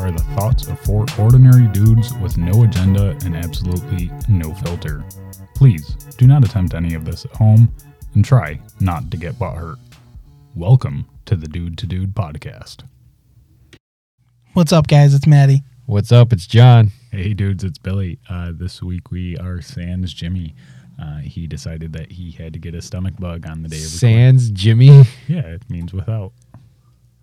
minutes before ordinary dudes with no agenda and absolutely no filter. Please do not attempt any of this at home and try not to get butthurt. Welcome to the Dude to Dude podcast. What's up, guys? It's Maddie. What's up? It's John. Hey, dudes, it's Billy. Uh, this week we are Sans Jimmy. Uh, he decided that he had to get a stomach bug on the day of recording. Sans Jimmy. Yeah, it means without.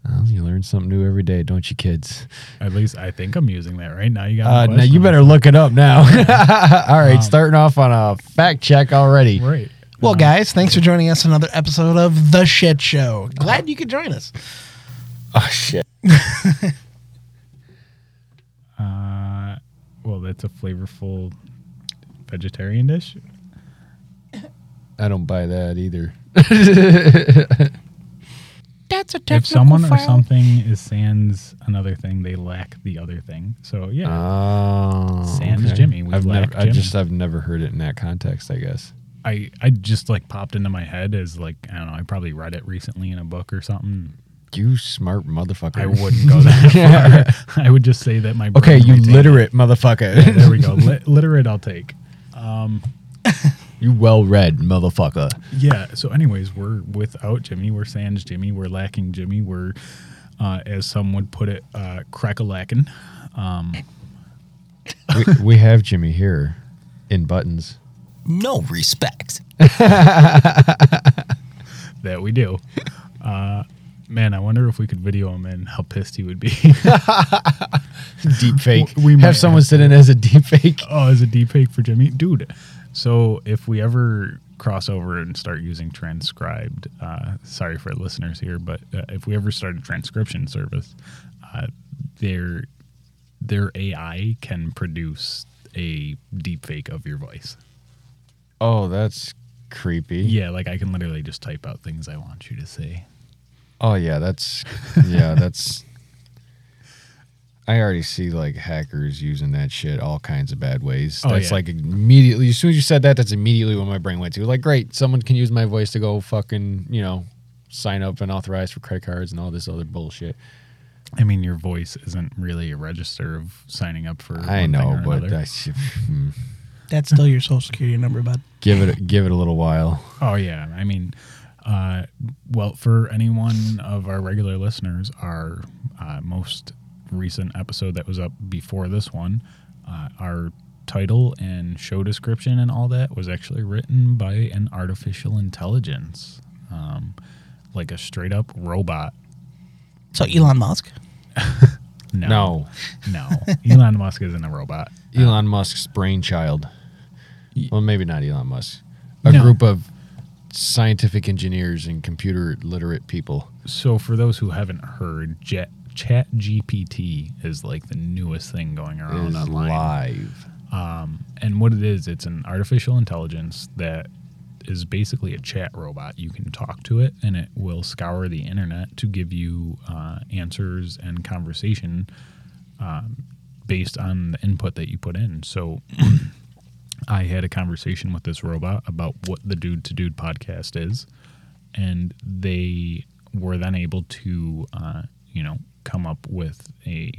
Well, you learn something new every day, don't you, kids? At least I think I'm using that right now. You got Uh, me now you questioning. better look it up now. All Um, right, starting off on a fact check already. Right. Well, guys, thanks for joining us on another episode of The Shit Show. Glad you could join us. Oh shit. Uh, well, that's a flavorful vegetarian dish. I don't buy that either. That's a technical If someone or file. something is sans another thing, they lack the other thing. So Uh, yeah, Oh, Sans Jimmy. We I've lack never, I Jimmy. just, I've never heard it in that context. I guess. I I just like popped into my head as like I don't know. I probably read it recently in a book or something. You smart motherfucker. I wouldn't go that far. I would just say that my brain Okay, you retained it. literate motherfucker. Yeah, there we go. Lit- literate, I'll take. you well read motherfucker. Yeah. So, anyways, we're without Jimmy. We're sans Jimmy. We're lacking Jimmy. We're, uh, as some would put it, uh, crack a lacking. we, we have Jimmy here in buttons. no respect. That we do. Uh, man, I wonder if we could video him and how pissed he would be. Deep fake. We We might have someone sit in as a deep fake. oh, is a deep fake for Jimmy, dude. So if we ever cross over and start using transcribed, uh, sorry for listeners here, but uh, if we ever start a transcription service, uh, their their AI can produce a deep fake of your voice. Oh, that's creepy. Yeah, like I can literally just type out things I want you to say. Oh yeah, that's yeah, that's I already see like hackers using that shit all kinds of bad ways. Oh, That's yeah. like immediately as soon as you said that, that's immediately what my brain went to. Like, great, someone can use my voice to go fucking, you know, sign up and authorize for credit cards and all this other bullshit. I mean, your voice isn't really a register of signing up for. one I thing know, or but another. I should, hmm. That's still your social security number, bud. give it a- give it a little while. Oh yeah, I mean, uh, well, for anyone of our regular listeners, our uh, most recent episode that was up before this one, uh, our title and show description and all that was actually written by an artificial intelligence, um, like a straight up robot. So, Elon Musk. No, no, Elon Musk isn't a robot. no. Elon Musk's brainchild. Well, maybe not Elon Musk. A No. group of scientific engineers and computer literate people. So for those who haven't heard, Jet, Chat GPT is like the newest thing going around is online. live. And what it is, it's an artificial intelligence that is basically a chat robot. You can talk to it, and it will scour the internet to give you uh, answers and conversation um, based on the input that you put in. So I had a conversation with this robot about what the Dude to Dude podcast is, and they were then able to, uh, you know, come up with a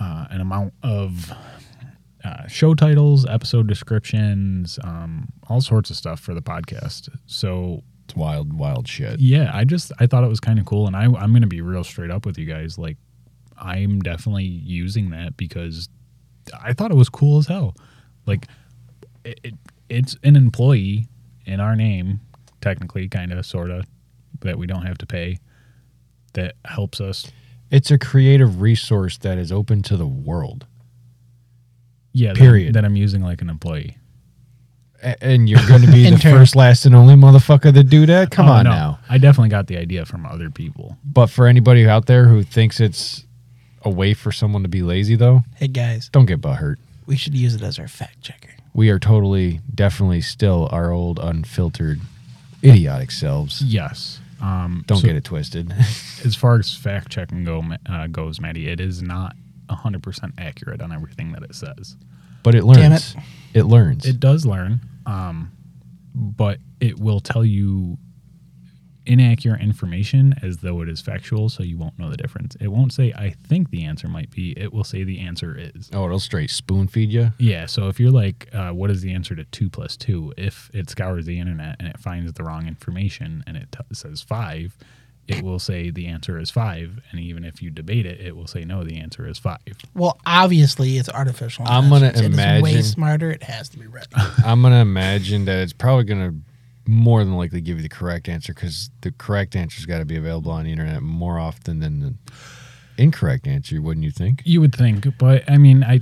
uh, an amount of uh, show titles, episode descriptions, um, all sorts of stuff for the podcast. So It's wild, wild shit. yeah, I just I thought it was kind of cool, and I I'm gonna be real straight up with you guys. Like, I'm definitely using that because I thought it was cool as hell. Like, it, it it's an employee in our name, technically, kind of, sort of, that we don't have to pay. That helps us. It's a creative resource that is open to the world. Yeah. that- Period. that I'm using like an employee. A- And you're going to be the Intern. first, last, and only motherfucker to do that? Come Oh, on no. now. I definitely got the idea from other people. But for anybody out there who thinks it's a way for someone to be lazy, though, Hey, guys, don't get butthurt. we should use it as our fact checker. We are totally, definitely still our old, unfiltered, idiotic selves. Yes. Um, Don't so get it twisted. As far as fact checking go, uh, goes, Maddie, it is not 100% accurate on everything that it says. but it learns. Damn it. learns. It does learn, um, but it will tell you inaccurate information as though it is factual, so you won't know the difference. It won't say, I think the answer might be. It will say the answer is. Oh, it'll straight spoon feed you. Yeah, so if you're like, uh, what is the answer to 2 plus 2? If it scours the internet and it finds the wrong information and it t- says 5, it will say the answer is 5. And even if you debate it, it will say, no, the answer is 5. Well, obviously it's artificial. I'm gonna intelligence. It is way imagine- smarter. It has to be ready. I'm gonna imagine that it's probably gonna more than likely give you the correct answer because the correct answer's got to be available on the internet more often than the incorrect answer, wouldn't you think? You would think, but I mean, I,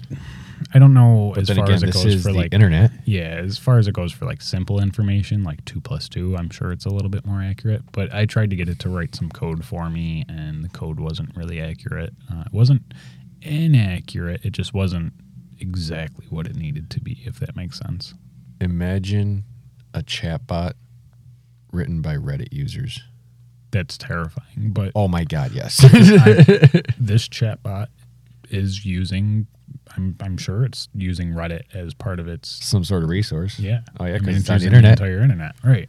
I don't know as then far again, as it this goes is for the like internet. Yeah, as far as it goes for like simple information, like two plus two, I'm sure it's a little bit more accurate. But I tried to get it to write some code for me, and the code wasn't really accurate. Uh, it wasn't inaccurate. It just wasn't exactly what it needed to be, if that makes sense. Imagine a chatbot written by Reddit users. That's terrifying. But Oh my god, yes. this chatbot is using. I'm, I'm sure it's using Reddit as part of its Some sort of resource. Yeah. Oh yeah, I because mean, it's on the using internet. entire internet, right?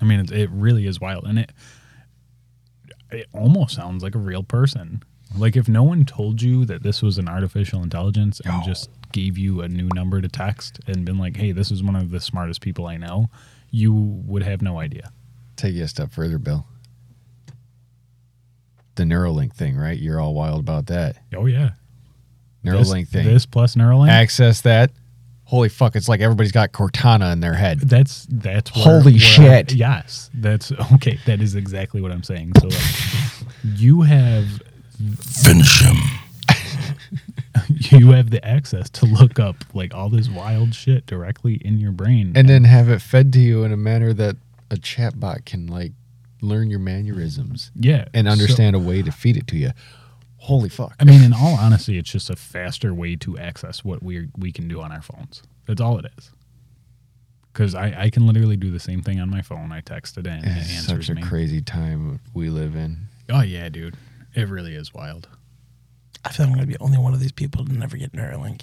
I mean, it, it really is wild, and it it almost sounds like a real person. Like if no one told you that this was an artificial intelligence and Oh. just gave you a new number to text and been like, "Hey, this is one of the smartest people I know," you would have no idea. Take you a step further, Bill. The Neuralink thing, right? You're all wild about that. Oh yeah, Neuralink this, thing. This plus Neuralink. Access that. Holy fuck, it's like everybody's got Cortana in their head. That's that's where- Holy where- shit. yes, that's okay. That is exactly what I'm saying. So like, you have Finish him. you have the access to look up like all this wild shit directly in your brain. And then have it fed to you in a manner that a chatbot can like learn your mannerisms yeah, and so- understand a way to feed it to you. Holy fuck. I mean, in all honesty, it's just a faster way to access what we we can do on our phones. That's all it is. Because I, I can literally do the same thing on my phone. I text it in, and it It's answers such a me. crazy time we live in. oh yeah, dude, it really is wild. I feel I'm gonna be only one of these people to never get Neuralink.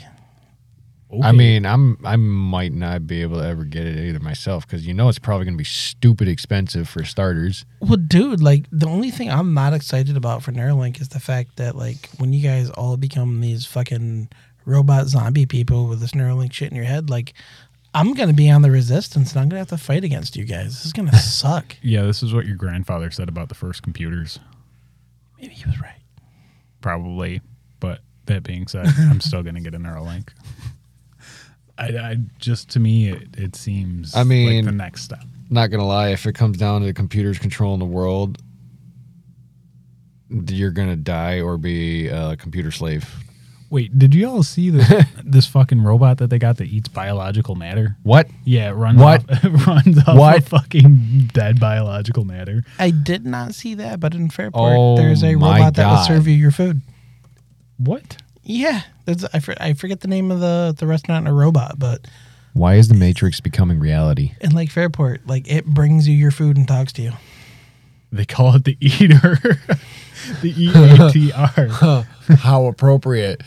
I Okay. mean, I'm I might not be able to ever get it either myself because you know it's probably going to be stupid expensive for starters. Well, dude, like the only thing I'm not excited about for Neuralink is the fact that like when you guys all become these fucking robot zombie people with this Neuralink shit in your head, like I'm gonna be on the resistance and I'm gonna have to fight against you guys. This is gonna suck. yeah, this is what your grandfather said about the first computers. Maybe he was right. probably. But that being said, I'm still going to get a Neuralink. I, I just to me, it, it seems. I mean- like the next step. Not going to lie, if it comes down to the computers controlling the world, you're going to die or be a computer slave. Wait, did you all see this this fucking robot that they got that eats biological matter? What? Yeah, it runs What? off, it runs off What? of fucking dead biological matter. I did not see that, but in Fairport Oh, there's a my robot that will God. serve you your food. What? Yeah, that's, I, for, I forget the name of the the restaurant and a robot, but Why is the Matrix becoming reality? in Lake Fairport, like it brings you your food and talks to you. They call it the eater, the E A T R. How appropriate.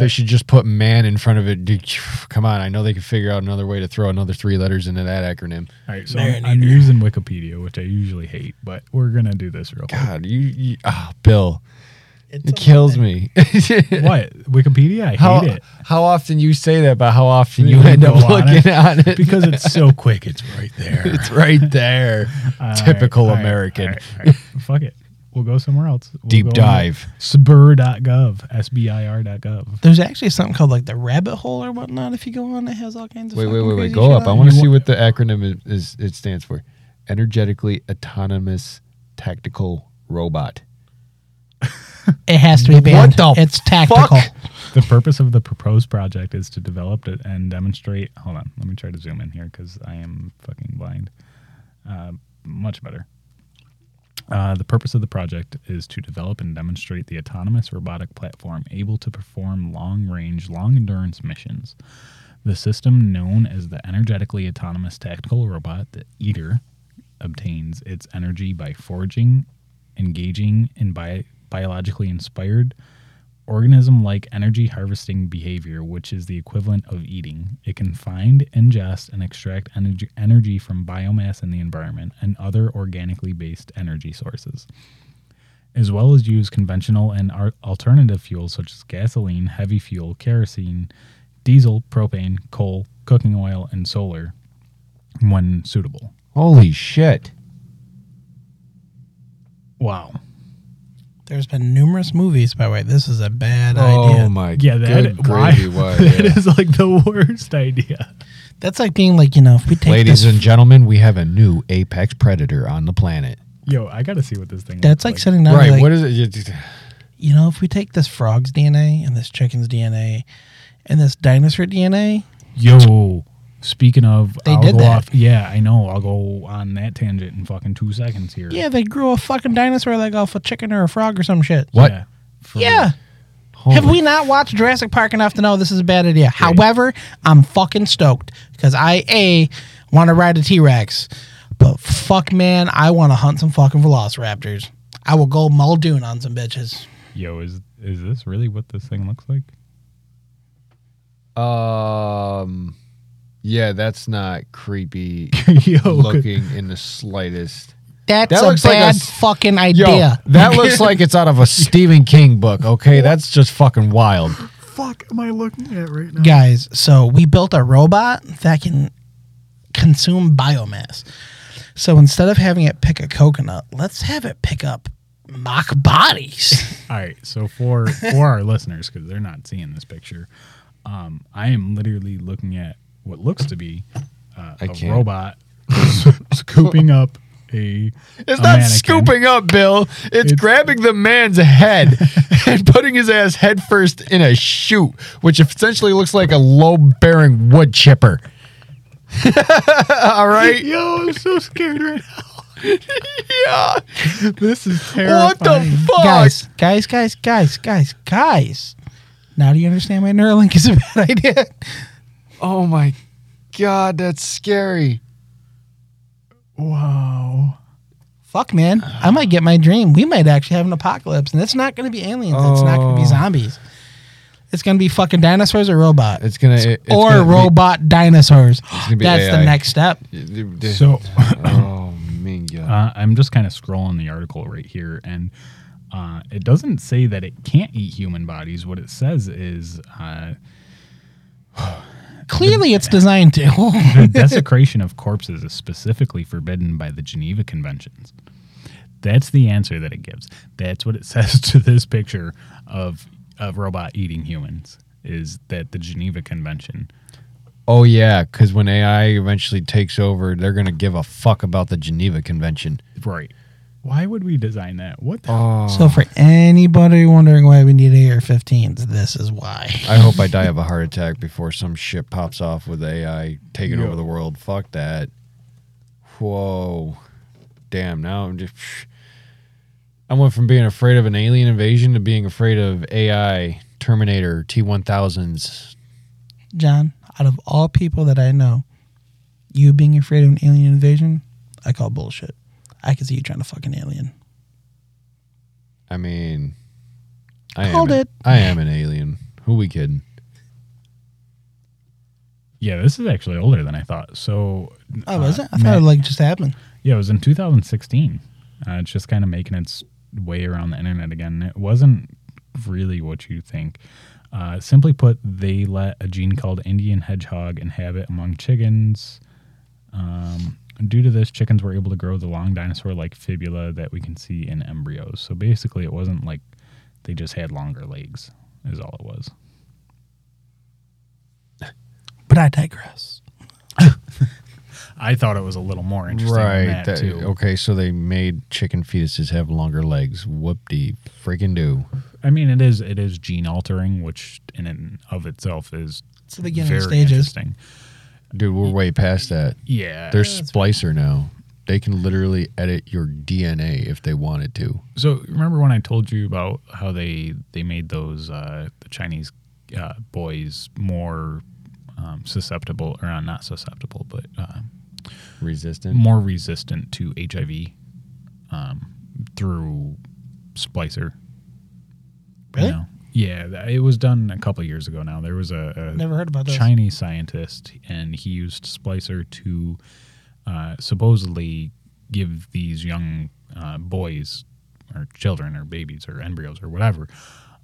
they should just put man in front of it. Dude, come on, I know they can figure out another way to throw another three letters into that acronym. All right, so I'm, I'm using Wikipedia, which I usually hate, but we're gonna do this real quick. God, you, you ah, Bill, It's it kills me. What Wikipedia? I hate how, it. how often you say that, but how often You you end go up on looking it. at it because it's so quick. It's right there. it's right there. All right, Typical all right, American. all right, all right. Fuck it. We'll go somewhere else. We'll Deep go on dive. SBIR.gov. S-B-I-R.gov. There's actually something called like the rabbit hole or whatnot. If you go on, it has all kinds of Wait, wait, fucking wait, wait. crazy Go shit up. I on it. want to You see wa- what the acronym is, is. It stands for energetically autonomous tactical robot. It has to be banned. What the It's tactical. fuck? The purpose of the proposed project is to develop it and demonstrate. Hold on. Let me try to zoom in here because I am fucking blind. Uh, much better. Uh, the purpose of the project is to develop and demonstrate the autonomous robotic platform able to perform long range, long endurance missions. The system, known as the energetically autonomous tactical robot, the Eater, obtains its energy by forging, engaging in bi- biologically inspired organism like energy harvesting behavior, which is the equivalent of eating. It can find, ingest, and extract energy, energy from biomass in the environment and other organically based energy sources, as well as use conventional and ar- alternative fuels such as gasoline, heavy fuel, kerosene, diesel, propane, coal, cooking oil, and solar when suitable. Holy shit. Wow. There's been numerous movies by the way. This is a bad Oh idea. my Yeah, that, good gravy. why, Why, that yeah. is like the worst idea. That's like being like, you know, if we take Ladies this, and gentlemen, we have a new apex predator on the planet. Yo, I gotta see what this thing. that's like looks sitting down and right. be like, what is it? You just- you know, if we take this frog's DNA and this chicken's DNA and this dinosaur DNA, Yo, speaking of, They I'll did go that. off. Yeah, I know. I'll go on that tangent in fucking two seconds here. yeah, they grew a fucking dinosaur leg off a chicken or a frog or some shit. What? Yeah. For- Yeah. Have Holy- we not watched Jurassic Park enough to know this is a bad idea? However, I'm fucking stoked because I a want to ride a T Rex, but fuck man, I want to hunt some fucking Velociraptors. I will go Muldoon on some bitches. Yo, is is this really what this thing looks like? Um. Yeah, that's not creepy Yo, looking in the slightest. That's That a looks like a bad s- fucking Yo, idea. that looks like it's out of a Stephen King book. Okay, that's just fucking wild. fuck am I looking at right now? guys so we built a robot that can consume biomass so instead of having it pick a coconut let's have it pick up mock bodies All right, so for for our listeners, because they're not seeing this picture, um, I am literally looking at what looks to be uh, a can't. robot scooping up a. It's a not mannequin. scooping up, Bill. It's, grabbing the man's head and putting his ass headfirst in a chute, which essentially looks like a low-bearing wood chipper. All right. Yo, I'm so scared right Yeah. now. This is terrifying. What the fuck? guys guys guys guys guys guys now do you understand why neuralink is a bad idea Oh my god, that's scary. Wow. fuck man i might get my dream we might actually have an apocalypse and it's not going to be aliens it's not going to be Oh. zombies it's going to be fucking dinosaurs or robots It's gonna it- it's or gonna be- robot dinosaurs gonna be that's the AI. next step So- oh man, God. Uh, I'm just kind of scrolling the article right here, and uh, it doesn't say that it can't eat human bodies. What it says is uh, Clearly, it's designed to. the desecration of corpses is specifically forbidden by the Geneva Conventions. That's the answer that it gives. That's what it says to this picture of of robot eating humans is that the Geneva Convention. Oh yeah, because when AI eventually takes over, they're gonna give a fuck about the Geneva Convention. Right. Why would we design that? What the so, for anybody wondering why we need AR-15s, this is why. I hope I die of a heart attack before some shit pops off with AI taking Yeah. over the world. Fuck that. Whoa. Damn, now I'm just. I went from being afraid of an alien invasion to being afraid of AI, Terminator, T 1000s. John, out of all people that I know, you being afraid of an alien invasion, I call bullshit. I can see you trying to fuck an alien. I mean, I Called am an- it. I am an alien. Who we kidding? Yeah, this is actually older than I thought. So Oh, was uh, it? I thought it Matt- like just happened. Yeah, it was in 2016. Uh, it's just kind of making its way around the internet again. It wasn't really what you think. Uh, simply put, they let a gene called Indian hedgehog inhabit among chickens. Um, due to this, chickens were able to grow the long dinosaur like fibula that we can see in embryos. So basically, it wasn't like they just had longer legs, is all it was. But I digress. I thought it was a little more interesting right, than that, that- oh. too. Okay, so they made chicken fetuses have longer legs. Whoop de freaking do. I mean, it is it is gene altering, which in and of itself is It's the beginning very stages. interesting. Dude, we're way past that. Yeah. They're splicer now. They can literally edit your DNA if they wanted to. so remember when I told you about how they they made those uh, the Chinese uh, boys more um, susceptible, or uh, not susceptible, but uh, Resistant. more resistant to HIV um, through splicer. Really? know? Yeah, th- it was done a couple years ago now. There was a, a Never heard about this. Chinese scientist, and he used Splicer to uh, supposedly give these young uh, boys or children or babies or embryos or whatever,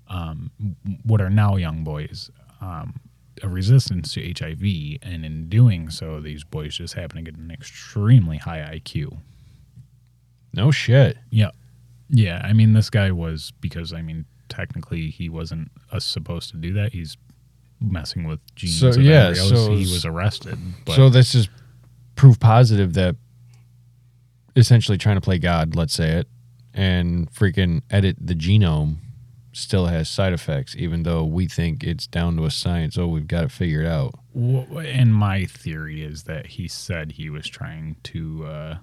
um, w- what are now young boys, um, a resistance to HIV. And in doing so, these boys just happen to get an extremely high IQ. No shit. Yeah. Yeah. I mean, this guy was because, I mean, technically he wasn't uh, supposed to do that. He's messing with genes. So, of yeah, embryos. so- he was arrested. But so this is proof positive that essentially trying to play God, let's say it, and freaking edit the genome still has side effects, even though we think it's down to a science. Oh, we've got it figured out. w- and my theory is that he said he was trying to, uh,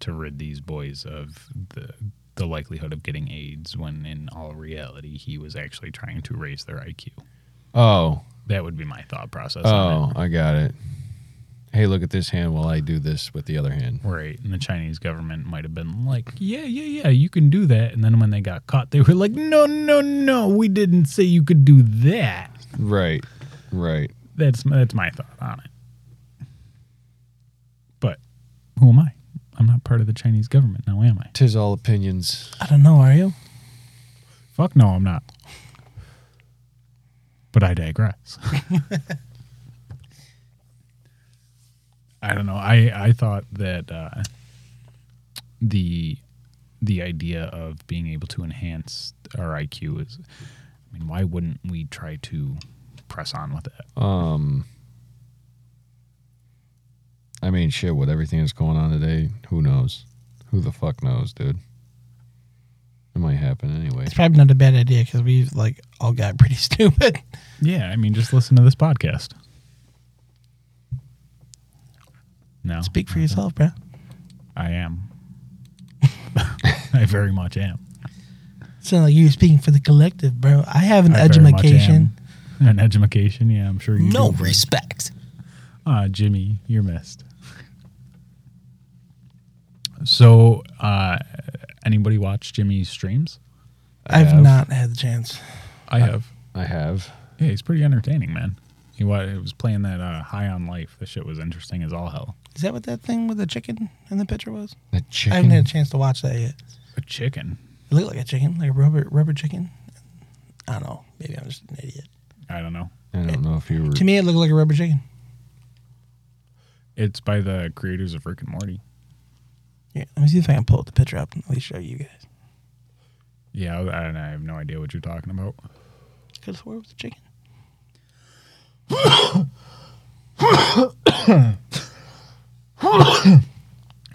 to rid these boys of the, the likelihood of getting AIDS when in all reality he was actually trying to raise their IQ. Oh, That would be my thought process. on it. oh, I got it. Hey, look at this hand while I do this with the other hand. Right. And the Chinese government might have been like, yeah, yeah, yeah, you can do that. And then when they got caught, they were like, no, no, no, we didn't say you could do that. Right, right. That's, that's my thought on it. But who am I? I'm not part of the Chinese government now, am I? Tis all opinions. I don't know. Are you? Fuck no, I'm not. But I digress. I don't know. I, I thought that uh, the the idea of being able to enhance our IQ is, I mean, why wouldn't we try to press on with it? Um, I mean, shit. With everything that's going on today, who knows? Who the fuck knows, dude? It might happen anyway. It's probably not a bad idea because we like all got pretty stupid. Yeah, I mean, just listen to this podcast. No, Speak for yourself, bro. I am. I very much am. Sound like you're speaking for the collective, bro. I have an I very much education. am. An edumacation, yeah, I'm sure you No do. respect. Ah, Jimmy, you're missed. So, uh, anybody watch Jimmy's streams? I have have. not had the chance. I have. I have. Yeah, he's pretty entertaining, man. He wa- he was playing that uh, High on Life. That shit was interesting as all hell. Is that what that thing with the chicken in the picture was? I The haven't chicken. had a chance to watch that yet. A chicken. It looked like a chicken, like a rubber rubber chicken. I don't know. Maybe I'm just an idiot. I don't know. I don't know if you were. To me, it looked like a rubber chicken. It's by the creators of Rick and Morty. Yeah, let me see if I can pull up the picture up and at least show you guys. Yeah, I, I don't know. I have no idea what you're talking about. Could have swore it was a chicken.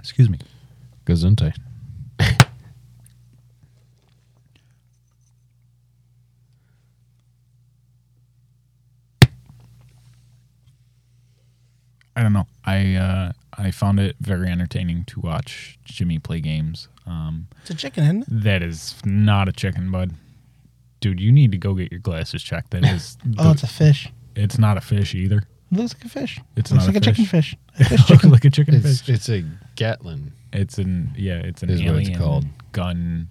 Excuse me. Gesundheit. I don't know. I uh, I found it very entertaining to watch Jimmy play games. Um, It's a chicken, isn't it? That is not a chicken, bud. Dude, you need to go get your glasses checked. That is, Oh, it's a fish. it's not a fish either. It looks like a fish. It's looks not a like a chicken fish. A fish Look chicken. like a chicken It's, fish. it's a Gatlin. It's an yeah, it's an Is alien what it's called. gun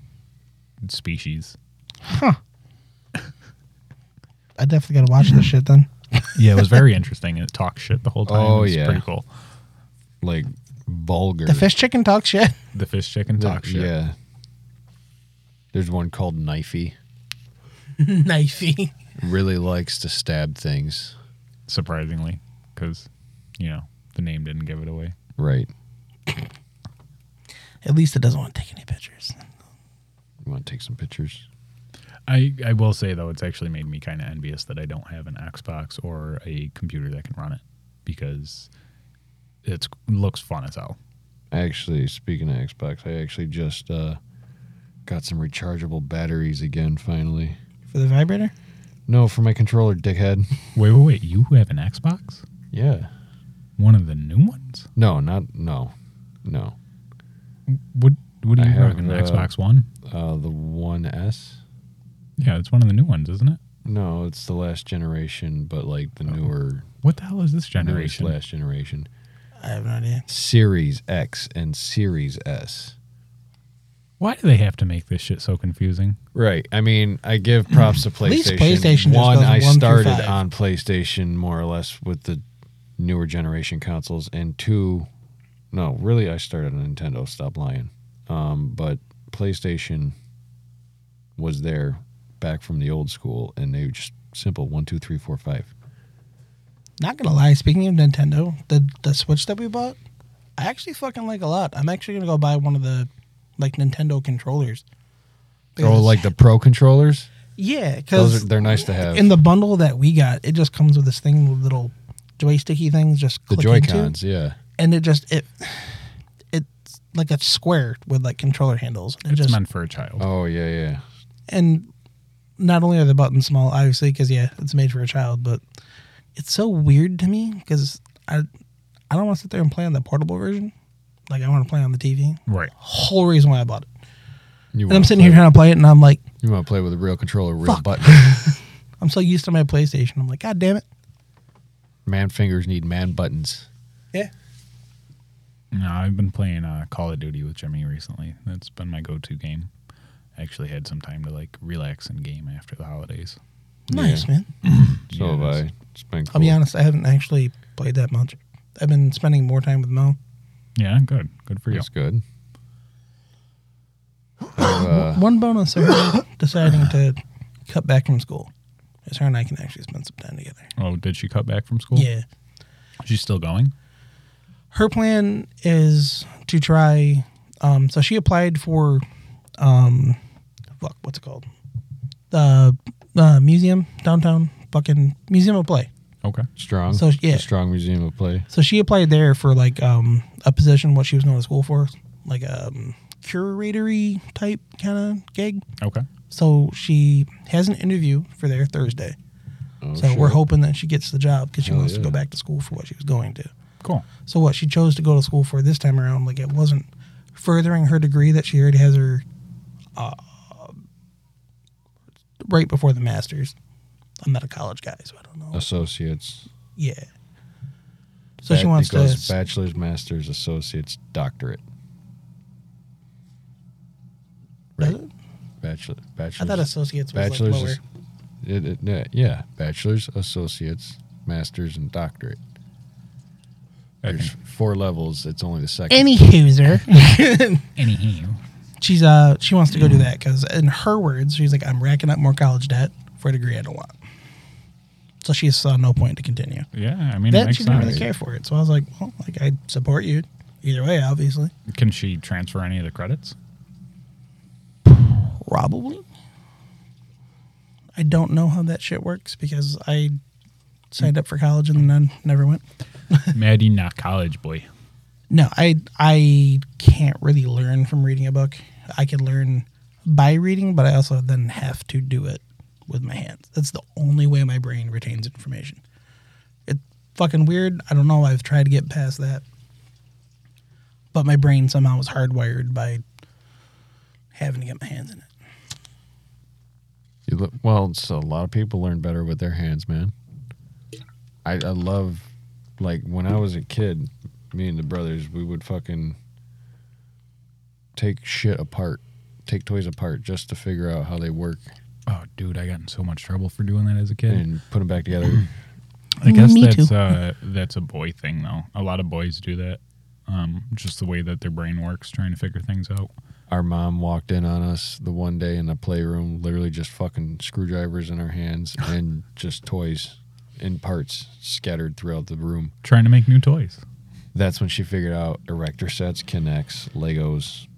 species. I definitely gotta watch this shit then. Yeah, it was very interesting. It talks shit the whole time. Oh, it's yeah. pretty cool. Like vulgar. The fish chicken talks shit. The fish chicken The- talks shit. Yeah. There's one called Knifey. Knifey. Really likes to stab things. Surprisingly, because you know the name didn't give it away. Right. At least it doesn't want to take any pictures. You want to take some pictures? I, I will say though, it's actually made me kind of envious that I don't have an Xbox or a computer that can run it because it's looks fun as hell. Actually, speaking of Xbox, I actually just uh, got some rechargeable batteries again. Finally, For the vibrator? no, for my controller, dickhead. Wait, wait, wait! You have an Xbox? Yeah. One of the new ones? No, not no, no. What? What are I you have, rocking? uh, An Xbox One? Uh, the One S. Yeah, it's one of the new ones, isn't it? No, it's the last generation, but like the newer What the hell is this generation. generation? last generation I have no idea. Series X and Series S. Why do they have to make this shit so confusing? Right. I mean, I give props to PlayStation. least PlayStation just one. goes I one through started five. on PlayStation more or less with the newer generation consoles, and two. No, really, I started on Nintendo. Stop lying. Um, but PlayStation was there back from the old school, and they were just simple one, two, three, four, five. Not gonna lie, speaking of Nintendo, the the Switch that we bought, I actually fucking like a lot. I'm actually gonna go buy one of the like Nintendo controllers. Oh, Because- like the Pro controllers. yeah, because Those are, they're nice to have. in the bundle that we got, it just comes with this thing with little joysticky things just the click Joy into, Cons, yeah. and it just it it's like a square with like controller handles. It It's just meant for a child. Oh yeah, yeah. and not only are the buttons small, obviously, because yeah, it's made for a child, but it's so weird to me because I I don't want to sit there and play on the portable version. Like I want to play on the TV. Right. Whole reason why I bought it. You And I'm wanna sitting here play- trying to play it, and I'm like, You want to play with a real controller, real Fuck. button. I'm so used to my PlayStation. I'm like, God damn it. Man fingers need man buttons. Yeah. No, I've been playing uh, Call of Duty with Jimmy recently. That's been my go-to game. I actually had some time to like relax and game after the holidays. Nice man. So Yeah, have that's- I. It's been cool. I'll be honest, I haven't actually played that much. I've been spending more time with Mo. Yeah, good. Good for you. It's good. I've, uh, One bonus of her deciding to cut back from school is her and I can actually spend some time together. Oh, did she cut back from school? Yeah. She's still going? her plan is to try um so she applied for um fuck what's it called the uh, museum downtown fucking museum of play Okay. strong. So, yeah. A strong museum of play. so she applied there for like um a position what she was going to school for like um curatory type kind of gig Okay. so she has an interview for there thursday Oh, so shit. we're hoping that she gets the job because she Hell wants to yeah. go back to school for what she was going to Cool. So what she chose to go to school for this time around, like it wasn't furthering her degree that she already has her uh, right before the masters. I'm not a college guy, so I don't know. associates. yeah. So she Ba- wants it to. goes bachelor's, master's, associates, doctorate. Does Right. it? Bachelor, I bachelor's. thought associates was bachelor's. like lower. is- it- it- yeah, yeah, bachelor's, associates, master's, and doctorate. There's four levels. It's only the second. Any hooser. Anywho. She's uh she wants to go do that because in her words, she's like I'm racking up more college debt for a degree I don't want. So she saw no point to continue. Yeah, I mean, it That makes she didn't really sense. care for it. So I was like, well, like I support you either way, obviously. Can she transfer any of the credits? Probably. I don't know how that shit works because I signed up for college and then never went. Maddie, not college boy. No, I I can't really learn from reading a book. I can learn by reading, but I also then have to do it with my hands. That's the only way my brain retains information. It's fucking weird. I don't know. I've tried to get past that. But my brain somehow was hardwired by having to get my hands in it. You look, well, so a lot of people learn better with their hands, man. I, I love, like, when I was a kid, me and the brothers, we would fucking take shit apart, take toys apart just to figure out how they work Oh, dude, I got in so much trouble for doing that as a kid. and put them back together. I guess Me that's too. uh that's a boy thing though. A lot of boys do that. Um, just the way that their brain works, trying to figure things out. Our mom walked in on us the one day in the playroom, literally just fucking screwdrivers in our hands and just toys and parts scattered throughout the room. Trying to make new toys. That's when she figured out erector sets, Kinects, Legos.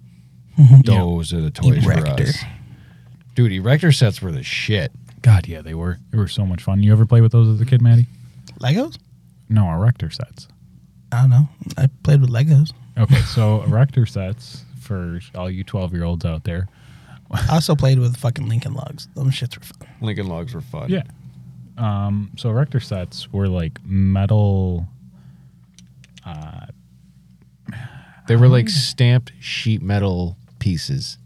Mm-hmm. Yeah. Those are the toys for Erector. us. Dude, erector sets were the shit. God, yeah, they were. They were so much fun. You ever play with those as a kid, Maddie? Legos? No, erector sets. I don't know. I played with Legos. Okay, so erector sets for all you twelve-year-olds out there. I also played with fucking Lincoln Logs. Those shits were fun. Lincoln Logs were fun. Yeah. Um, so erector sets were like metal. They were Oh, like stamped sheet metal pieces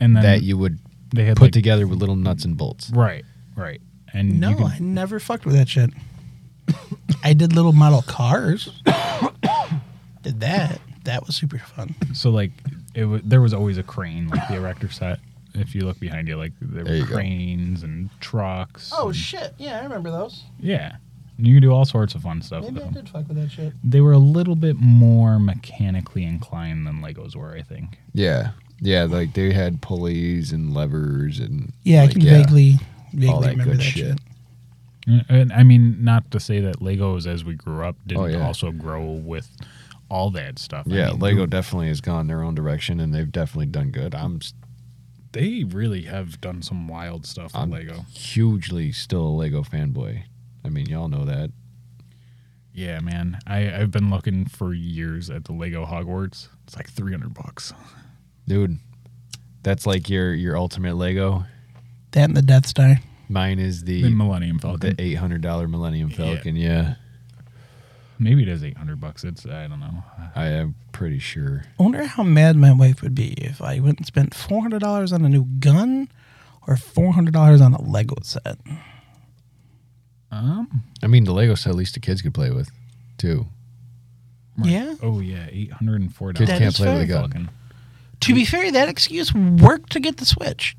and then that you would they had put like, together with little nuts and bolts. right, right, and No, you could- I never fucked with that shit. I did little model cars. did that. That was super fun. so like it was there was always a crane like the erector set. If you look behind you, like there, There you were go. cranes and trucks. Oh and- shit! Yeah, I remember those. yeah. You could do all sorts of fun stuff. Maybe with I them. did fuck with that shit. They were a little bit more mechanically inclined than Legos were, I think. Yeah. Yeah, like they had pulleys and levers and Yeah, like, I can vaguely, vaguely all that remember good that shit. shit. And I mean, not to say that Legos, as we grew up, didn't Oh, yeah. also grow with all that stuff. I Yeah, mean, Lego definitely has gone their own direction and they've definitely done good. I'm s- They really have done some wild stuff with I'm Lego. hugely still a Lego fanboy. I mean, y'all know that. Yeah, man. I, I've been looking for years at the Lego Hogwarts. It's like 300 bucks. Dude, that's like your your ultimate Lego. That and the Death Star. Mine is The the Millennium Falcon. the $800 Millennium Falcon, yeah. Maybe it is 800 bucks. It's, I don't know. I am pretty sure. I wonder how mad my wife would be if I went and spent four hundred dollars on a new gun, or four hundred dollars on a Lego set. Um, I mean, the Lego set at least the kids could play with too. Yeah. oh, yeah, $804. Kids That can't is play with fair. a gun. Falcon. To be fair, that excuse worked to get the Switch.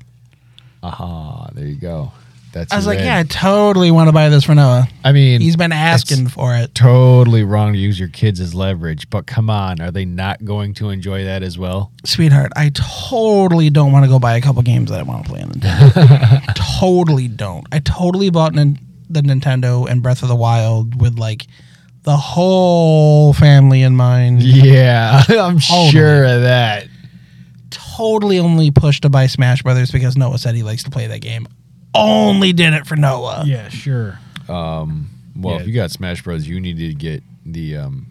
Aha, there you go. That's I was like, red. yeah, I totally want to buy this for Noah. I mean, He's been asking for it. totally wrong to use your kids as leverage, but come on, are they not going to enjoy that as well? Sweetheart, I totally don't want to go buy a couple games that I want to play on Nintendo. totally don't. I totally bought nin- the Nintendo and Breath of the Wild with like the whole family in mind. Yeah, I'm sure of that. Totally only pushed to buy Smash Brothers because Noah said he likes to play that game. Only did it for Noah. Yeah, sure. Well, Yeah. if you got Smash Bros, you need to get the um,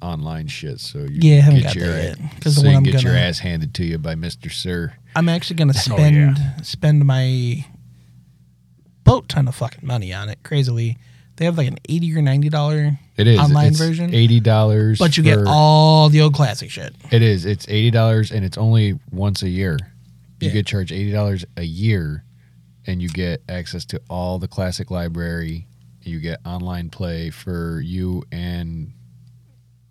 online shit so you Yeah, I can haven't get got your that yet, 'cause so the you one can I'm get your gonna- ass handed to you by Mister Sir. I'm actually gonna spend yeah. spend my boat ton of fucking money on it. Crazily, they have like an eighty or ninety dollar It is online it's version, eighty dollars, but you get all the old classic shit. It is. It's eighty dollars, and it's only once a year. You Yeah. get charged eighty dollars a year, and you get access to all the classic library. You get online play for you and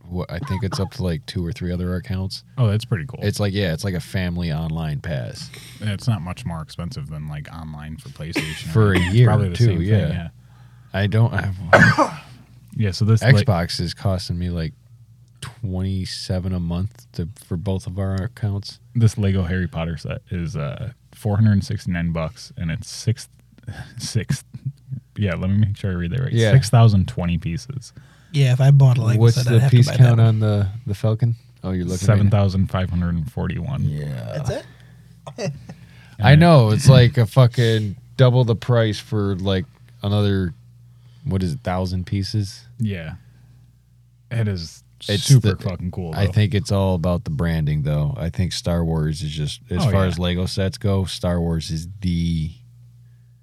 what I think it's up to like two or three other accounts. Oh, that's pretty cool. It's like yeah, it's like a family online pass. it's not much more expensive than like online for PlayStation For a It's year, probably the too, same thing, yeah. yeah. I don't. I, Yeah, so this like- Xbox is costing me like twenty seven a month to, for both of our accounts. this Lego Harry Potter set is uh 469 bucks and it's six six yeah, let me make sure I read that right. Yeah. 6020 pieces. Yeah, if I bought a Lego What's set, the I'd have piece to buy that count one. on the the Falcon? Oh, you're looking right now. 7541. Yeah. That's it. I know. It's like a fucking double the price for like another what is it, thousand pieces? Yeah. It is It's super the- fucking cool. I though. think it's all about the branding though. I think Star Wars is just as Oh, far yeah. as Lego sets go, Star Wars is the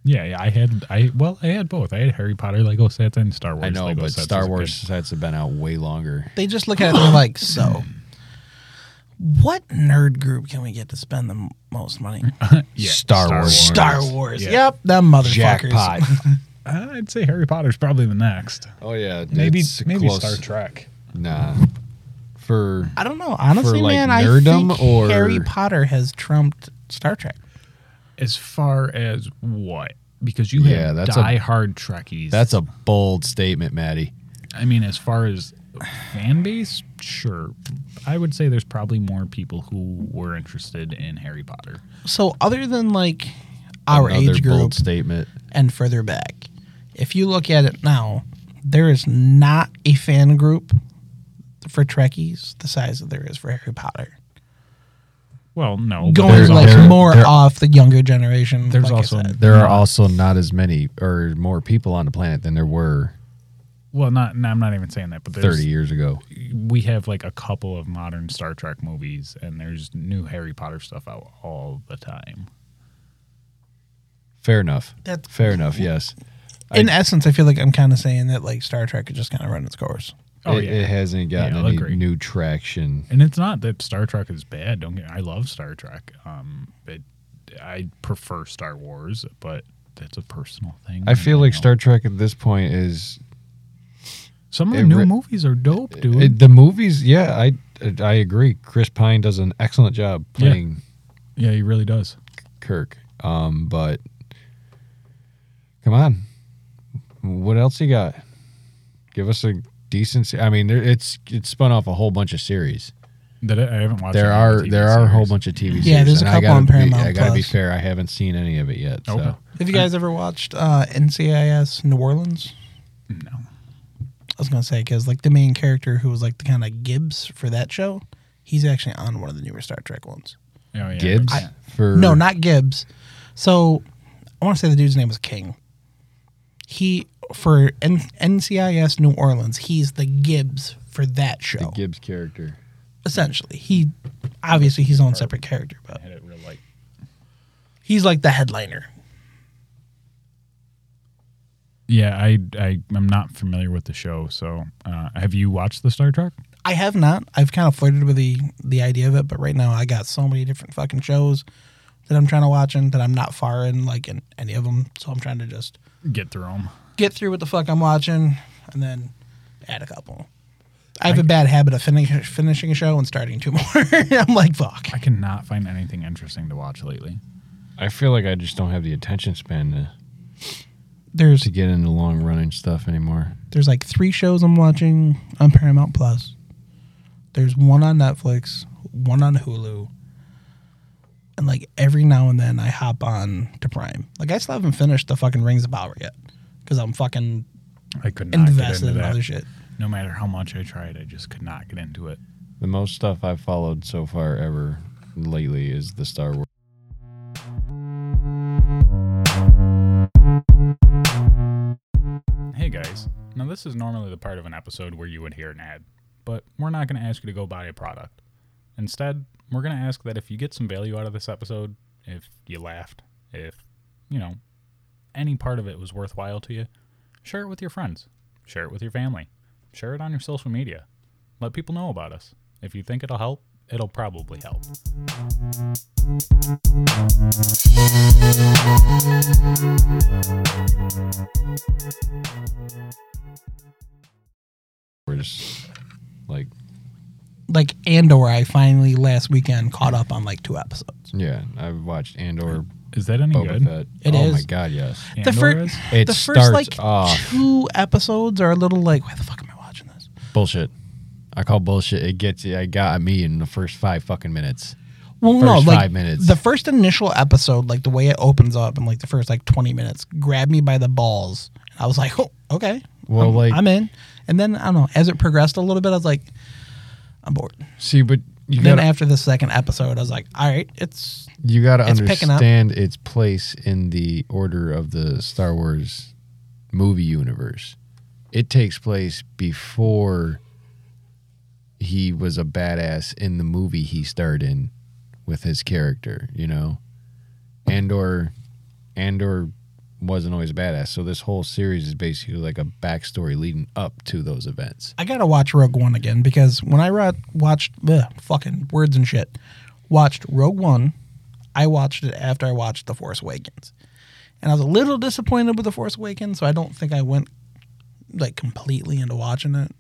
Yeah, yeah, I had I well, I had both. I had Harry Potter Lego sets and Star Wars I know, Lego but sets Star as a Wars kid. sets have been out way longer. They just look at it and they're like, so. What nerd group can we get to spend the m- most money? Yeah, Star Wars. Star Wars. Yeah. Yep, them motherfuckers. Jackpot. Uh, I'd say Harry Potter's probably the next. oh yeah. Maybe it's maybe close. Star Trek. Nah. For I don't know. Honestly, like, man, I nerddom think or- Harry Potter has trumped Star Trek. As far as what? Because you Yeah, have that's a- die-hard Trekkies. that's a bold statement, Maddie. I mean, as far as fan base, sure. I would say there's probably more people who were interested in Harry Potter. So other than like our Another age bold group statement. and further back, if you look at it now, there is not a fan group for Trekkies the size that there is for Harry Potter. Well, no. but Going there's like also- more there- off the younger generation. There's like I also- said. There are also not as many or more people on the planet than there were well, not. No, I'm not even saying that. But there's, 30 years ago. we have like a couple of modern Star Trek movies, and there's new Harry Potter stuff out all the time. Fair enough. That's- Fair Oh, enough. Yes. in essence, I feel like I'm kind of saying that like Star Trek is just kind of run its course. Oh it, yeah. it hasn't gotten Yeah, I'll any agree. Mm, new traction. and it's not that Star Trek is bad. Don't get. I love Star Trek. Um, but I prefer Star Wars, but that's a personal thing. I feel like know. Star Trek at this point is Some of the it new re- movies are dope, dude. it, the movies. Yeah, I I agree. Chris Pine does an excellent job Yeah. playing Yeah, he really does. Kirk. Um, but come on, what else you got? Give us a decent. se- I mean, there, it's it's spun off a whole bunch of series. That I I haven't watched. any There of are the TV there are a whole series. bunch of TV series. Yeah, there's a and I couple gotta on be- Paramount I gotta be Plus. fair. I haven't seen any of it yet. So Okay. Have you guys ever watched uh, NCIS New Orleans? No. I was gonna say because like the main character who was like the kind of Gibbs for that show, he's actually on one of the newer Star Trek ones. Oh, yeah. Gibbs I- for No, not Gibbs. So I want to say the dude's name was King. He for N- NCIS New Orleans, he's the Gibbs for that show. Gibbs character. essentially, he obviously he's on separate character, but had it real light. he's like the headliner. Yeah, I, I I'm not familiar with the show. So, uh, have you watched the Star Trek? I have not. I've kind of flirted with the the idea of it, but right now I got so many different fucking shows that I'm trying to watch and that I'm not far in like in any of them. So I'm trying to just Get through them. get through what the fuck I'm watching and then add a couple. I have a bad habit of finish, finishing a show and starting two more. I'm like, fuck. I cannot find anything interesting to watch lately. I feel like I just don't have the attention span to, There's to get into long running stuff anymore. there's like three shows I'm watching on Paramount Plus. There's one on Netflix, one on Hulu, and like every now and then I hop on to Prime. Like I still haven't finished the fucking Rings of Power yet because I'm fucking I could not get invested into in that. other shit. No matter how much I tried, I just could not get into it. The most stuff I've followed so far ever lately is the Star Wars. Hey guys, now this is normally the part of an episode where you would hear an ad, but we're not going to ask you to go buy a product. Instead, we're going to ask that if you get some value out of this episode, if you laughed, if, you know, any part of it was worthwhile to you, share it with your friends, share it with your family, share it on your social media. Let people know about us. If you think it'll help, it'll probably help. Like Like Andor, I finally last weekend caught up on like two episodes. yeah, I've watched Andor Is that any Boba good? Fett. It oh is. my god, yes. The Andor fir- is? It the first starts like off two episodes are a little like, why the fuck am I watching this? bullshit. I call bullshit. It gets I got me in the first five fucking minutes. Well, no, First like five minutes. the first initial episode, like the way it opens up and like the first like twenty minutes, grabbed me by the balls. And I was like, oh, okay, Well, I'm, like- I'm in. And then I don't know, as it progressed a little bit, I was like, I'm bored. See, but you then gotta after the second episode, I was like, all right, it's you gotta it's picking up. understand its place in the order of the Star Wars movie universe. It takes place before he was a badass in the movie he starred in with his character, you know? Andor Andor wasn't always a badass. So this whole series is basically like a backstory leading up to those events. I gotta watch Rogue One again because when I ro- watched ugh, fucking words and shit, watched Rogue One, I watched it after I watched The Force Awakens, and I was a little disappointed with The Force Awakens, so I don't think I went like completely into watching it.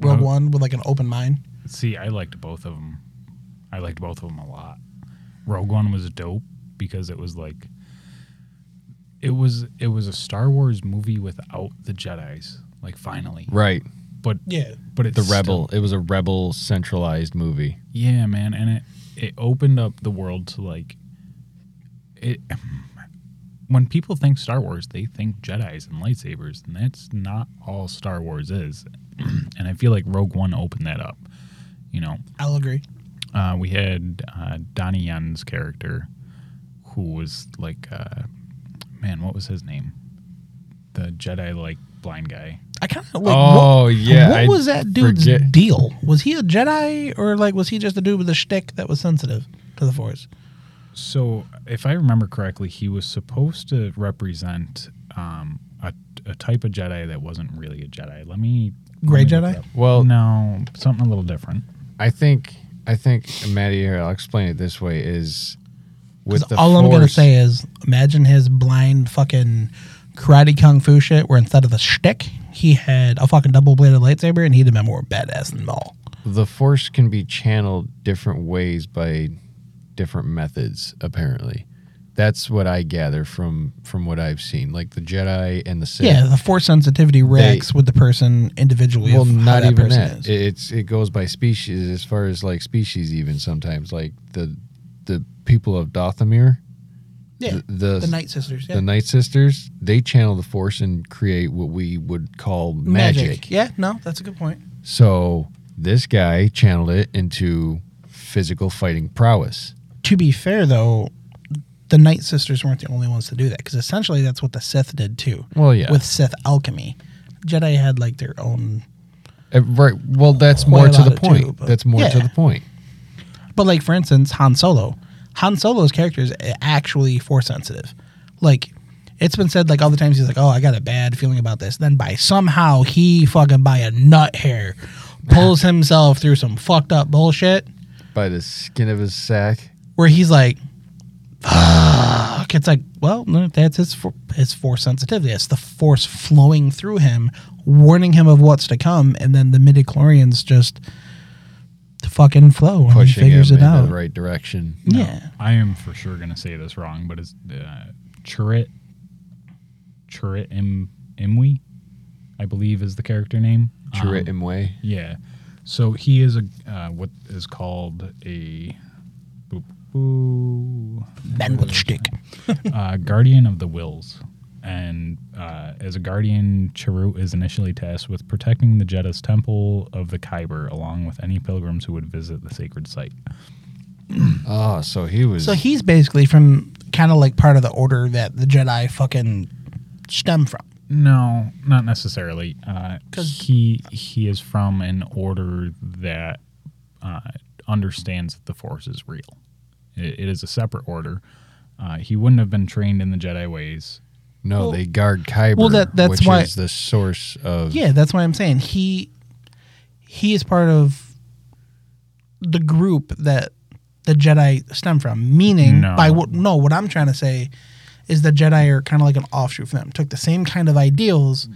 Rogue Uh-huh. No. One with like an open mind. See, I liked both of them. I liked both of them a lot. Rogue One was dope because it was like it was it was a Star Wars movie without the Jedi's, like finally. Right. But Yeah, but it's The still- rebel. It was a rebel centralized movie. yeah, man, and it it opened up the world to like it. When people think Star Wars, they think Jedi's and lightsabers, and that's not all Star Wars is. and I feel like Rogue One opened that up. You know, I'll agree. uh, we had uh, Donnie Yen's character, who was like, uh, man, what was his name? The Jedi like blind guy. I kind of like. Oh, what, yeah, what I was that dude's forget. deal? Was he a Jedi or like was he just a dude with a shtick that was sensitive to the Force? So, if I remember correctly, he was supposed to represent um, a, a type of Jedi that wasn't really a Jedi. Let me. Gray let me look Jedi? it up. Well- no, something a little different. I think I think Matty here. I'll explain it this way: is with 'Cause the all I'm gonna Force- say is, imagine his blind fucking karate kung fu shit, where instead of a shtick, he had a fucking double bladed lightsaber, and he'd have been more badass than them all. the force can be channeled different ways by different methods apparently that's what i gather from from what i've seen like the jedi and the sith Yeah, the force sensitivity reacts with the person individually. well of how not that even person that is. It- it's it goes by species as far as like species even sometimes like the the people of dothamir yeah, the, the, the Night Sisters. Yeah. the Night sisters they channel the force and create what we would call magic. Yeah, no, that's a good point. So this guy channeled it into physical fighting prowess. To be fair, though, the Night Sisters weren't the only ones to do that because essentially that's what the Sith did too. Well, yeah. with Sith alchemy, Jedi had like their own. Uh, Right. Well, that's Quite more a to lot the of point. two, but- that's more to Yeah. the point. But like for instance, Han Solo, Han Solo's character is actually force sensitive. Like it's been said like all the times he's like, oh, I got a bad feeling about this. Then by somehow he fucking by a nut hair pulls himself through some fucked up bullshit By the skin of his sack. where he's like, fuck. It's like, well, no, that's his for, his force sensitivity. It's the force flowing through him, warning him of what's to come, and then the midi chlorians just fucking flow and he Pushing figures him it in out. the right direction. Yeah. I am for sure going to say this wrong, but it's uh, Churit Churit Im, Imwe, I believe is the character name. Uh-huh. Um, Chirrut Imwe. yeah. So he is a uh, what is called a boop, boo, Man with a stick. uh, guardian of the wills. And uh, as a guardian, Chirrut is initially tasked with protecting the Jeddah's temple of the Khyber, along with any pilgrims who would visit the sacred site. Oh, so he was. So he's basically from kind of like part of the order that the Jedi fucking stem from. No, not necessarily. Uh, he he is from an order that uh, understands that the Force is real. It, it is a separate order. Uh, he wouldn't have been trained in the Jedi ways. no, they guard Kyber, well, that- that's which why- is the source of. Yeah, that's why I'm saying he he is part of the group that the Jedi stem from. Meaning No. by what no, what I'm trying to say is the Jedi are kind of like an offshoot from them. Took the same kind of ideals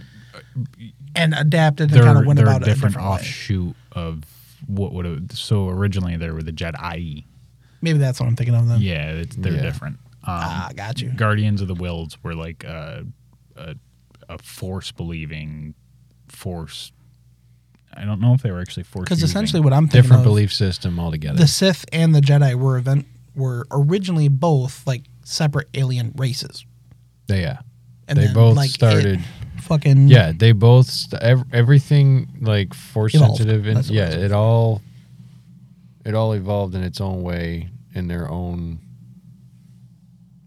and adapted and They're, kind of went they're about it a different, different way. offshoot of what would have. So originally there were the Jedi. Maybe that's what I'm thinking of then. Yeah, it's, they're Yeah. different. Um, Ah, got you. Guardians of the Wills were like a a, a force believing force. I don't know if they were actually force Because using. essentially, what I'm thinking Different of, belief system altogether. the Sith and the Jedi were event were originally both like separate alien races. yeah. And They then, both like, it started- fucking Yeah, they both st- ev- everything like force Evolved. sensitive and That's what yeah, it's- it all it all evolved in its own way in their own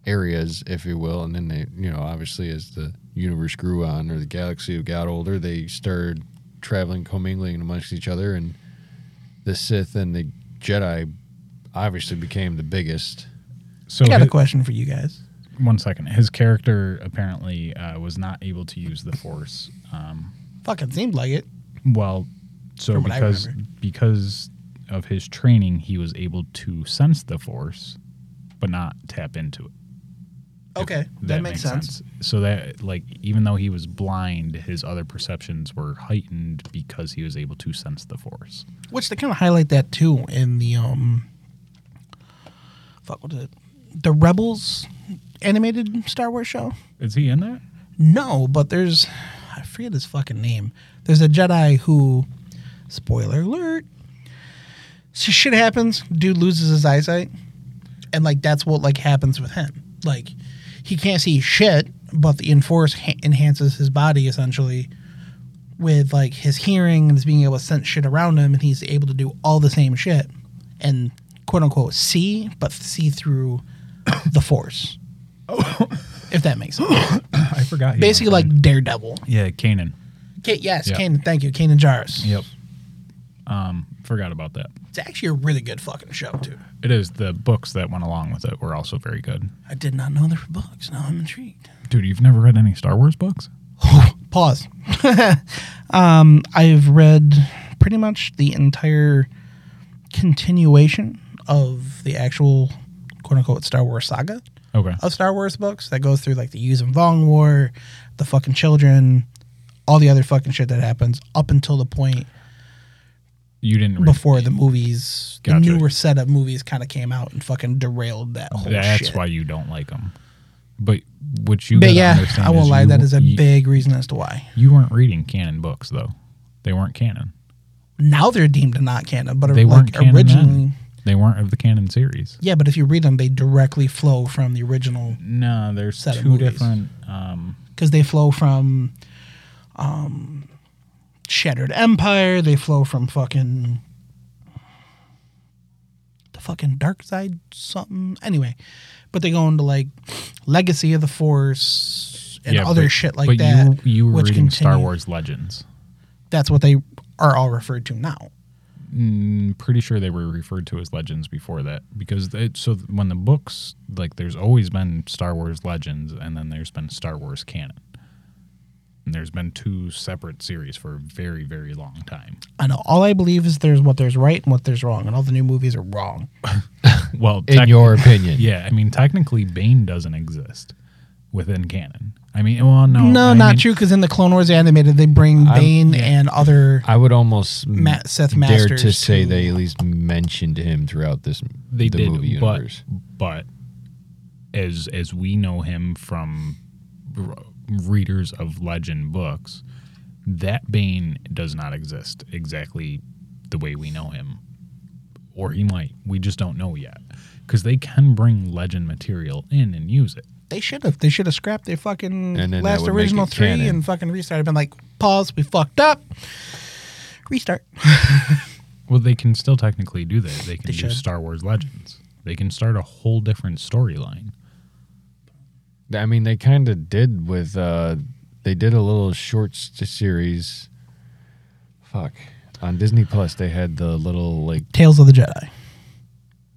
areas, if you will, and then they, you know, obviously as the universe grew on or the galaxy got older, they started traveling commingling amongst each other and the Sith and the Jedi obviously became the biggest. so I got a hi- question for you guys. one second. His character apparently uh, was not able to use the force. Um, Fucking seemed like it. well, so From what I because remember. because of his training, he was able to sense the force, but not tap into it. Okay, that, makes, sense. So that like even though he was blind, his other perceptions were heightened because he was able to sense the force. Which they kind of highlight that too in the um. Fuck what is it? The Rebels animated Star Wars show. Is he in that? No, but there's I forget his fucking name. There's a Jedi who spoiler alert. So shit happens, dude loses his eyesight. And like that's what like happens with him. Like he can't see shit, but the enforce ha- enhances his body essentially with like his hearing and his being able to sense shit around him and he's able to do all the same shit and quote unquote see, but see through the force. if that makes sense I forgot. He basically was in- like Daredevil. yeah, Kanan. Ka- yes, Yeah. Kanan. Thank you, Kanan Jarrus. Yep. Um, forgot about that. It's actually a really good fucking show too. It is the books that went along with it were also very good. I did not know there were books. Now I'm intrigued. Dude, you've never read any Star Wars books? Pause. um, I've read pretty much the entire continuation of the actual quote unquote Star Wars saga Okay. of Star Wars books that goes through like the Yus and Vong War, the fucking children, all the other fucking shit that happens up until the point you didn't read before the movies, Gotcha. the newer set of movies kind of came out and fucking derailed that whole That's oh, shit. why you don't like them. But what you but gotta yeah, understand I won't is lie. you, That is a you, big reason as to why. You weren't reading canon books though; they weren't canon. Now they're deemed not canon, but They weren't like canon then. originally, They weren't of the canon series. yeah. But if you read them, they directly flow from the original No, there's Set of two movies. different. Um, because they flow from um, Shattered Empire. They flow from fucking the fucking Dark Side something. Anyway, but they go into like Legacy of the Force and yeah, other but- shit like but that. You, you were which reading Star continue- Wars Legends. That's what they are all referred to now. I'm Mm, pretty sure they were referred to as legends before that because it, so th- when the books like there's always been Star Wars Legends and then there's been Star Wars canon. And there's been two separate series for a very very long time. I know. All I believe is there's what there's right and what there's wrong, and all the new movies are wrong. Well, in tec- your opinion. yeah, I mean technically Bane doesn't exist within canon. I mean, well, no, no, I not mean- true. Because in the Clone Wars animated, they bring Bane and other. I would almost m- Ma- Seth dare Masters to say to- they at least mentioned him throughout this They the did, movie but universe. but as as we know him from r- readers of legend books, that Bane does not exist exactly the way we know him, or he might. We just don't know yet because they can bring legend material in and use it. They should have. They should have scrapped their fucking And then that last would make original it three canon. and fucking restarted. Been like, pause. We fucked up. Restart. Well, they can still technically do that. They can They do should. Star Wars Legends. They can start a whole different storyline. I mean, they kind of did with uh, they did a little short s- series. Fuck on Disney Plus, they had the little like Tales of the Jedi,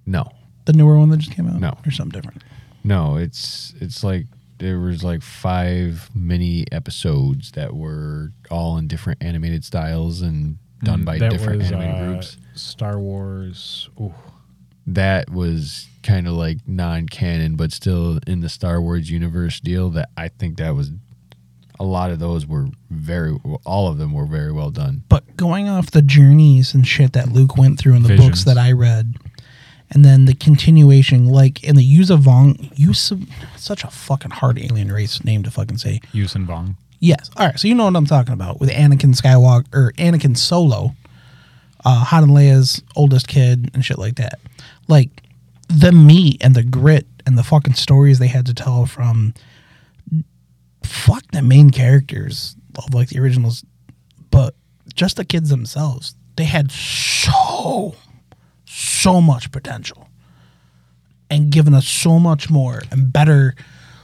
no, the newer one that just came out. No. or something different. no. It's it's like there was like five mini episodes that were all in different animated styles and done by That different was, animated uh, groups. Star Wars. Ooh, that was kind of like non-canon but still in the Star Wars universe deal that I think that was a lot of those were very all of them were very well done. But going off the journeys and shit that Luke went through in the books Visions. that I read, and then the continuation, like in the Yuuzhan Vong, use such a fucking hard alien race name to fucking say. Yusin Vong. Yes. All right. So you know what I'm talking about with Anakin Skywalker or Anakin Solo, uh, Han and Leia's oldest kid and shit like that. Like the meat and the grit and the fucking stories they had to tell from fuck the main characters of like the originals, but just the kids themselves. They had so, so much potential and given us so much more and better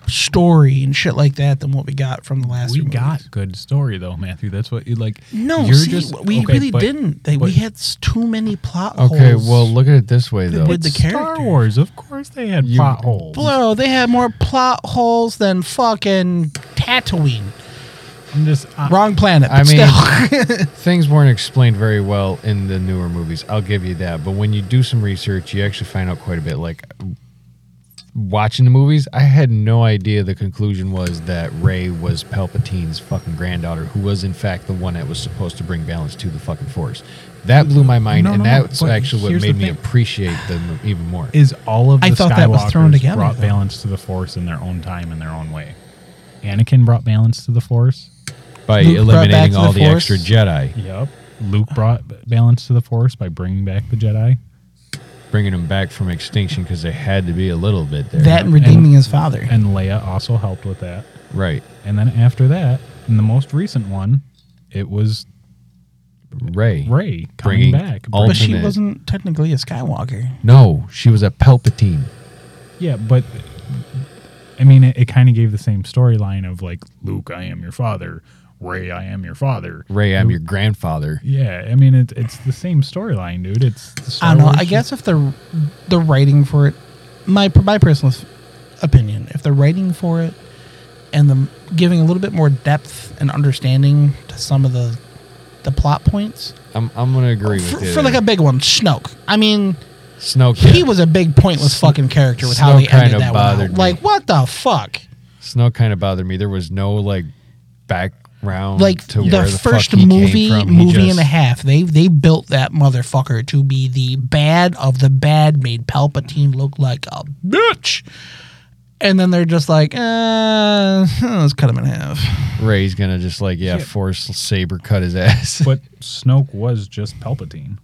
story and shit like that than what we got from the last we few movies. got good story though, Matthew. That's what you like. No, you're see, just- we okay, really but- didn't. They, we but- had s- too many plot holes. Okay, well look at it this way though. With the Star characters. Wars, of course, they had plot holes. Bro, they had more plot holes than fucking Tatooine. I'm just uh, I, Wrong planet. But I mean- still. Things weren't explained very well in the newer movies. I'll give you that, but when you do some research, you actually find out quite a bit like watching the movies, I had no idea the conclusion was that Ray was Palpatine's fucking granddaughter, who was in fact the one that was supposed to bring balance to the fucking Force. That blew my mind, No, and no, no, that's but actually what here's the made me thing. appreciate them even more. is all of the I thought that was thrown Skywalkers together, Brought though. balance to the Force in their own time in their own way. Anakin brought balance to the Force. By Luke brought back eliminating to all the the, Force. extra Jedi, Yep. Luke brought b- balance to the Force by bringing back the Jedi. bringing them back from extinction because they had to be a little bit there. that and redeeming his father. And Leia also helped with that. right. And then after that, in the most recent one, it was Ray. Ray coming Bringing back. all- but she Ultimate. wasn't technically a Skywalker. No, she was a Palpatine. Yeah, but I mean, it, it kind of gave the same storyline of like Luke, I am your father. Ray, I am your father. Ray, I'm your grandfather. Yeah, I mean, it, it's the same storyline, dude. It's the Star I don't know. Wars I guess if the the writing for it, my my personal s- opinion, if the writing for it and the giving a little bit more depth and understanding to some of the the plot points I'm, I'm gonna agree with for, you. for like a big one, Snoke. I mean, Snoke. he was a big pointless fucking character with how Snoke they ended kinda that one. bothered out. me. Like what the fuck? Snow kind of bothered me. There was no like back round like to the where the first fuck he came movie, from, he movie just- and a half. They they built that motherfucker to be the bad of the bad, made Palpatine look like a bitch. And then they're just like, uh, let's cut him in half. Ray's gonna just like yeah, force saber cut his ass. But Snoke was just Palpatine.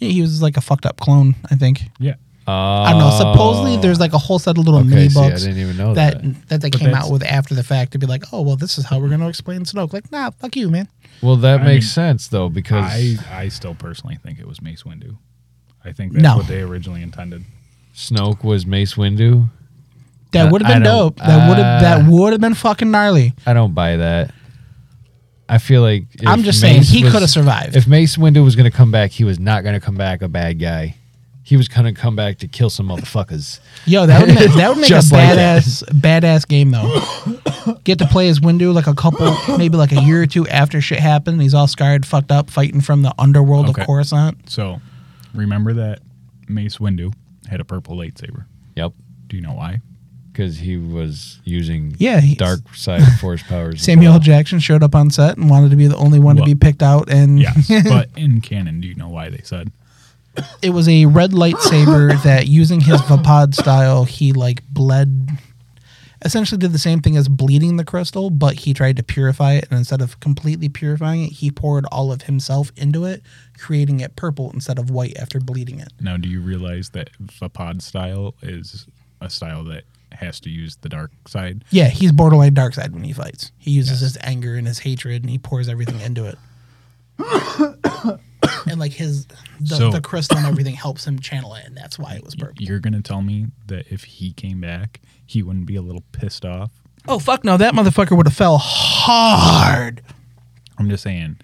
Yeah, he was like a fucked up clone, I think. Yeah. I don't know. Oh. Supposedly, there's like a whole set of little mini see, I books didn't even know that that they came that's- out with after the fact to be like, oh well, this is how we're gonna explain Snoke. Like, nah, fuck you, man. well, that I makes mean, sense though because I, I still personally think it was Mace Windu. I think that's No. what they originally intended. Snoke was Mace Windu. That Uh, would have I been don't- uh, dope. That would have that would have been fucking gnarly. I don't buy that. I feel like if I'm just Mace saying he was- could have survived. If Mace Windu was gonna come back, he was not gonna come back a bad guy. He was gonna come back to kill some motherfuckers. Yo, that would make, that would make a Just like that. badass badass game though. Get to play as Windu like a couple, maybe like a year or two after shit happened. He's all scarred, fucked up, fighting from the underworld Okay. of Coruscant. So remember that Mace Windu had a purple lightsaber. Yep, Do you know why? because he was using Yeah, he's- dark side force powers. as Samuel well. L. Jackson showed up on set and wanted to be the only one Well- to be picked out, and Yes. but in canon, do you know why they said? it was a red lightsaber that, using his Vapod style, he like bled. Essentially, did the same thing as bleeding the crystal, but he tried to purify it, and instead of completely purifying it, he poured all of himself into it, creating it purple instead of white after bleeding it. Now, do you realize that Vapod style is a style that has to use the dark side? Yeah, he's borderline dark side when he fights. He uses his anger and his hatred, and he pours everything into it. and like his, the, So- the crystal and everything helps him channel it, and that's why it was purple. You're going to tell me that if he came back, he wouldn't be a little pissed off? Oh fuck no, that motherfucker would have fell hard. I'm just saying,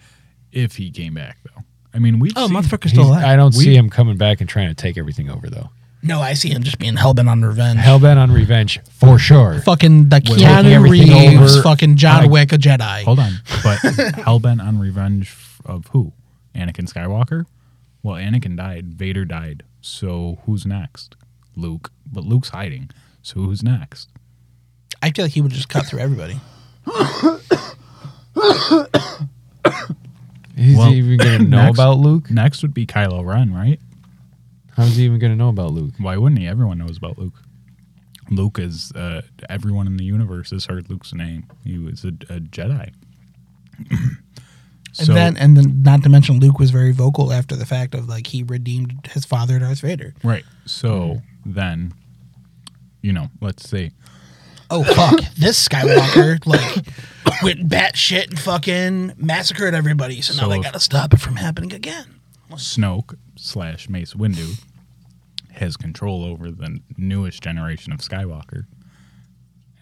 if he came back, though. I mean, we've Oh, seen, motherfucker's He's- still alive. I don't see him coming back and trying to take everything over though. no, I see him just being hellbent on revenge. Hellbent on revenge for sure. fucking the taking Keanu everything Reeves, over. fucking John I- Wick, a Jedi. Hold on. But hellbent on revenge f- of who? Anakin Skywalker? Well, Anakin died. Vader died. So who's next? Luke. But Luke's hiding. So who's next? I feel like he would just cut through everybody. He's Well, even gonna know next- about Luke. Next would be Kylo Ren, right? How's he even gonna know about Luke? Why wouldn't he? Everyone knows about Luke. Luke is, uh, everyone in the universe has heard Luke's name. He was a, a Jedi. And then and then not to mention Luke was very vocal after the fact of like he redeemed his father Darth Vader. right. So then, you know, let's see. Oh fuck, this Skywalker like went batshit and fucking massacred everybody. So, So now they if- gotta stop it from happening again. Snoke slash Mace Windu has control over the newest generation of Skywalker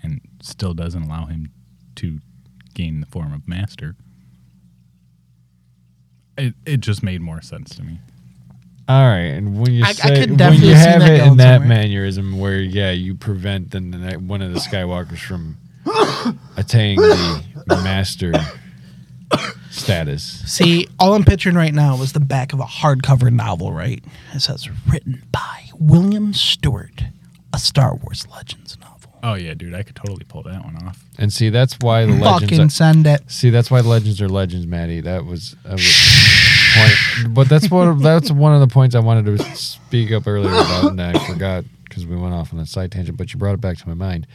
and still doesn't allow him to gain the form of master. It, it just made more sense to me. All right, and when you I- I say could when definitely you see have that it in going that somewhere. mannerism where yeah, you prevent the, the one of the Skywalkers from attaining the master status. See, all I'm picturing right now is the back of a hardcover novel, right? It says written by William Stewart, a Star Wars Legends novel. Oh yeah, dude, I could totally pull that one off. And see, that's why the legends. Fucking Are, send it. see, that's why legends are legends, Maddie. That was. That was point. But that's what that's one of the points I wanted to speak up earlier about, and I forgot because we went off on a side tangent. But you brought it back to my mind.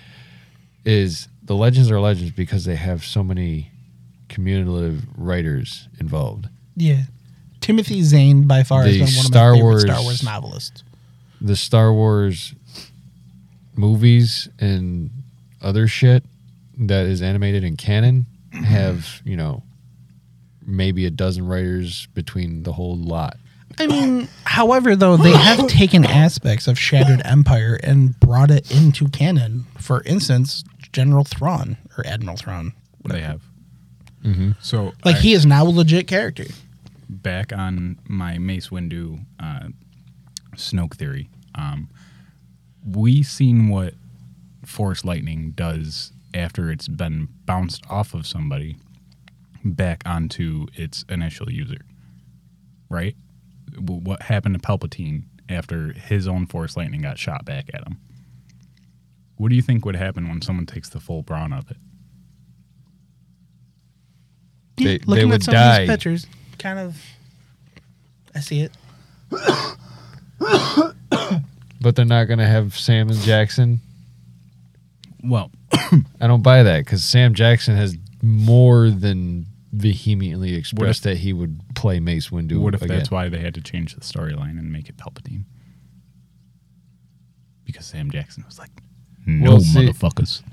Is the legends are legends because they have so many cumulative writers involved. Yeah. Timothy Zane, by far, has The been one of Star my favorite Wars- Star Wars novelists. The Star Wars movies and other shit that is animated in canon have you know maybe a dozen writers between the whole lot. I mean, however, though, they have taken aspects of Shattered Empire and brought it into canon. For instance, General Thrawn, or Admiral Thrawn. What they have. So Like, I- he is now a legit character. back on my Mace Windu uh, Snoke theory. Um, we seen what Force Lightning does after it's been bounced off of somebody back onto its initial user, right? W- What happened to Palpatine after his own Force Lightning got shot back at him? What do you think would happen when someone takes the full brawn of it? Yeah, They- they looking would at some die. of these pictures, kind of, I see it. But they're not going to have Sam and Jackson. Well, I don't buy that because Sam Jackson has more than vehemently expressed that he would play Mace Windu. what if again. that's why they had to change the storyline and make it Palpatine? Because Sam Jackson was like, no, Well, see- motherfuckers.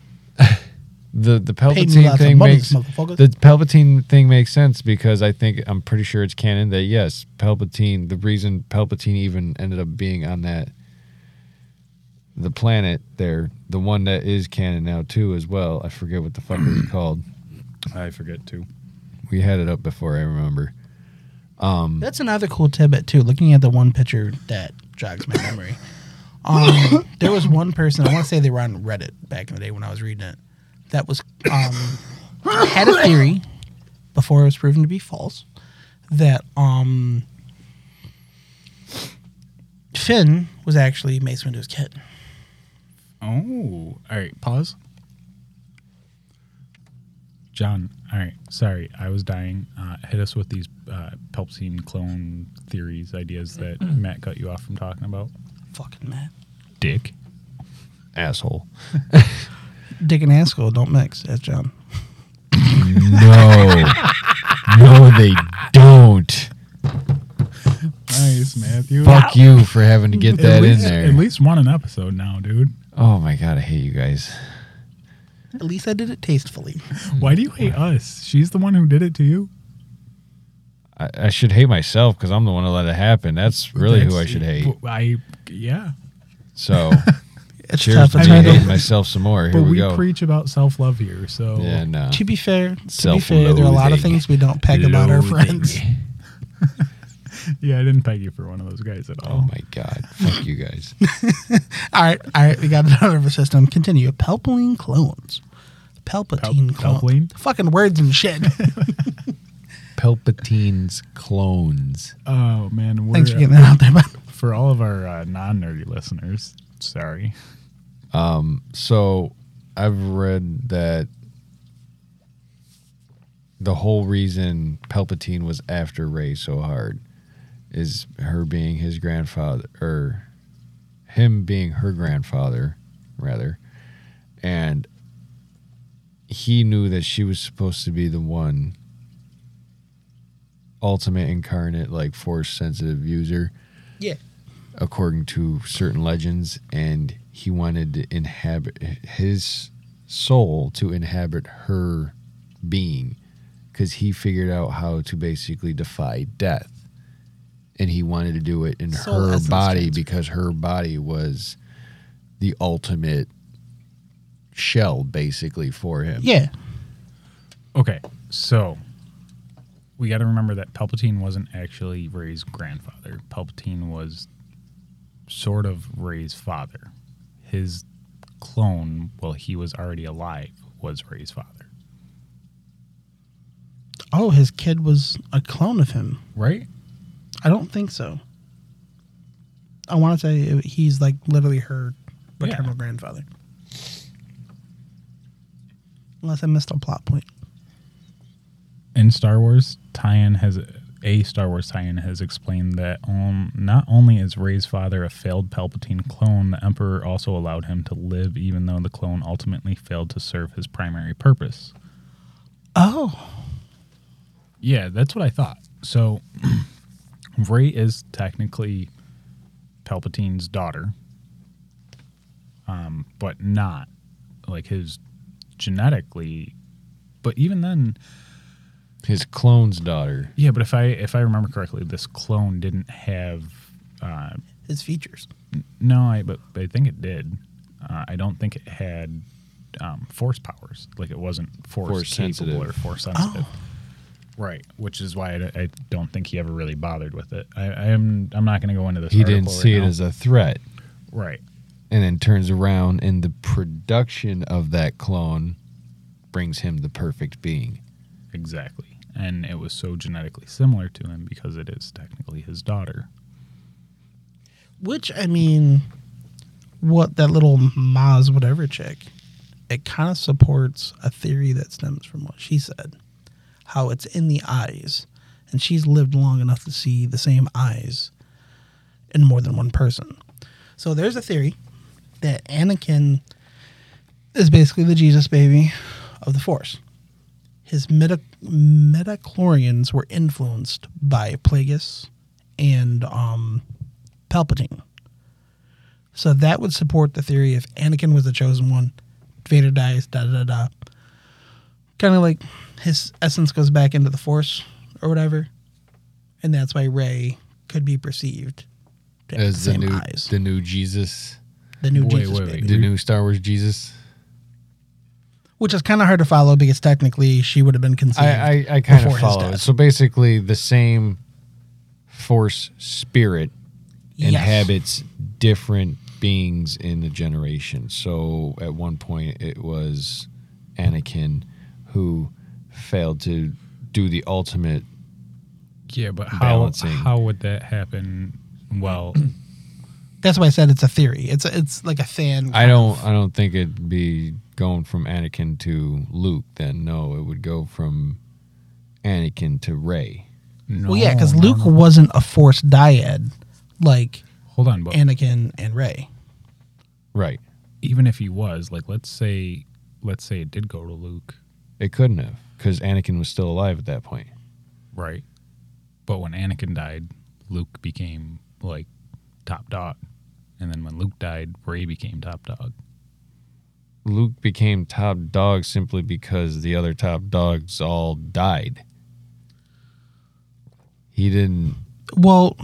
the the Paid me Palpatine lots of thing money, makes motherfucker. the Palpatine thing makes sense because I think I'm pretty sure it's canon that yes, Palpatine. The reason Palpatine even ended up being on that the planet there, the one that is canon now too as well. I forget what the fuck it was called. I forget too. We had it up before. I remember. That's another cool tidbit too. Looking at the one picture that jogs my memory. Um, there was one person I want to say they were on Reddit back in the day when I was reading it. That was um, had a theory before it was proven to be false that um, Finn was actually Mace Windu's kid. Oh, all right. Pause. John, all right. Sorry, I was dying. Uh, hit us with these uh, Palpatine clone theories, ideas that Matt cut you off from talking about. Fucking Matt. Dick. Asshole. Dick and Haskell don't mix. That's John. No, no, they don't. Nice, Matthew. Fuck you for having to get At that in least- there. At least one an episode now, dude. Oh my god, I hate you guys. At least I did it tastefully. Why do you hate us? She's the one who did it to you. I, I should hate myself because I'm the one who let it happen. That's really who I That's- should hate. I yeah. So It's cheers tough. to It's me I know. hating myself some more. Here but we, we, go. preach about self love here, so yeah, no. To be fair, to be fair, there are a lot Self-loathing. of things we don't peg about our Loathing. friends. yeah, I didn't peg you for one of those guys at Oh all. my god, fuck you guys. All right, all right, we got it out of our system. Continue. Palpatine clones. Palpatine Pal- clones. Palpatine? Fucking words and shit. Palpatine's clones. Oh, man, we're, uh, Thanks for getting that out there, bud. for all of our uh, non nerdy listeners. Sorry, So I've read that the whole reason Palpatine was after Ray so hard is her being his grandfather or him being her grandfather rather and he knew that she was supposed to be the one ultimate incarnate like force sensitive user Yeah. according to certain legends, and he wanted to inhabit his soul to inhabit her being because he figured out how to basically defy death. And he wanted to do it in Soul her essence body transfer. because her body was the ultimate shell, basically, for him. Yeah. okay, so we got to remember that Palpatine wasn't actually Ray's grandfather, Palpatine was sort of Ray's father, his clone. Well, he was already alive, was Ray's father. Oh, his kid was a clone of him. Right? I don't think so. I want to say he's like literally her paternal Yeah. grandfather. Unless I missed a plot point. in Star Wars, tie-in has a Star Wars tie-in has explained that um, not only is Ray's father a failed Palpatine clone, the Emperor also allowed him to live, even though the clone ultimately failed to serve his primary purpose. Oh, Yeah, that's what I thought. So, Ray is technically Palpatine's daughter, um, but not like his genetically. But even then, His clone's daughter. Yeah, but if I if I remember correctly, this clone didn't have. Uh, his features. no, I but I think it did. Uh, I don't think it had um, force powers. Like it wasn't force, Force capable sensitive. or force Oh. sensitive. Right, which is why I, I don't think he ever really bothered with it. I, I am I'm not going to go into this. He didn't article right see it now. as a threat. right. and then turns around and the production of that clone brings him the perfect being. Exactly. And it was so genetically similar to him because it is technically his daughter. Which I mean, what that little Maz whatever chick, it kind of supports a theory that stems from what she said how it's in the eyes. And she's lived long enough to see the same eyes in more than one person. So there's a theory that Anakin is basically the Jesus baby of the Force. His meta metachlorians were influenced by Plagueis and um, Palpatine. So that would support the theory if Anakin was the chosen one, Vader dies, da da da da. Kind of like his essence goes back into the Force or whatever, and that's why Rey could be perceived to have As the the same new eyes. the new Jesus, The new Wait, Jesus wait, wait. baby. the new Star Wars Jesus. Which is kind of hard to follow because technically she would have been conceived. I, I, I kind before his of follow death. it. So basically, the same force spirit Yes. inhabits different beings in the generation. So at one point, it was Anakin who failed to do the ultimate. Yeah, but how Balancing. how would that happen? Well, That's why I said it's a theory. It's a, it's like a fan. I don't. I don't think it'd be going from Anakin to Luke. Then no, it would go from Anakin to Ray. no, Well, yeah, because no, Luke no. wasn't a Force dyad like Hold on, but Anakin and Rey. Right. even if he was, like, let's say, let's say it did go to Luke, It couldn't have because Anakin was still alive at that point. right? But when Anakin died, Luke became like top dog, and then when Luke died, Ray became top dog. Luke became top dog simply because the other top dogs all died. He didn't Well,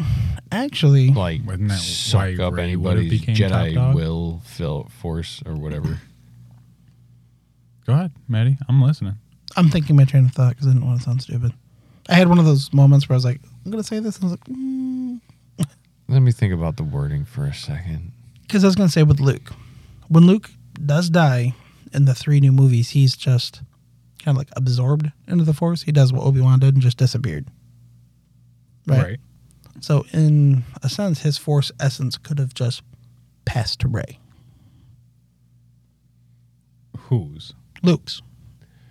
actually, like Wasn't that suck why up Rey would've anybody's became top Jedi dog? will, fil- force, or whatever. Go ahead, Maddie. I'm listening. I'm thinking my train of thought because I didn't want to sound stupid. I had one of those moments where I was like, I'm gonna say this, and I was like, "Mm, Let me think about the wording for a second. because I was gonna say with Luke, when Luke does die in the three new movies, he's just kind of like absorbed into the Force. He does what Obi Wan did and just disappeared. Right. So in a sense, his force essence could have just passed to Ray. Who's? Luke's.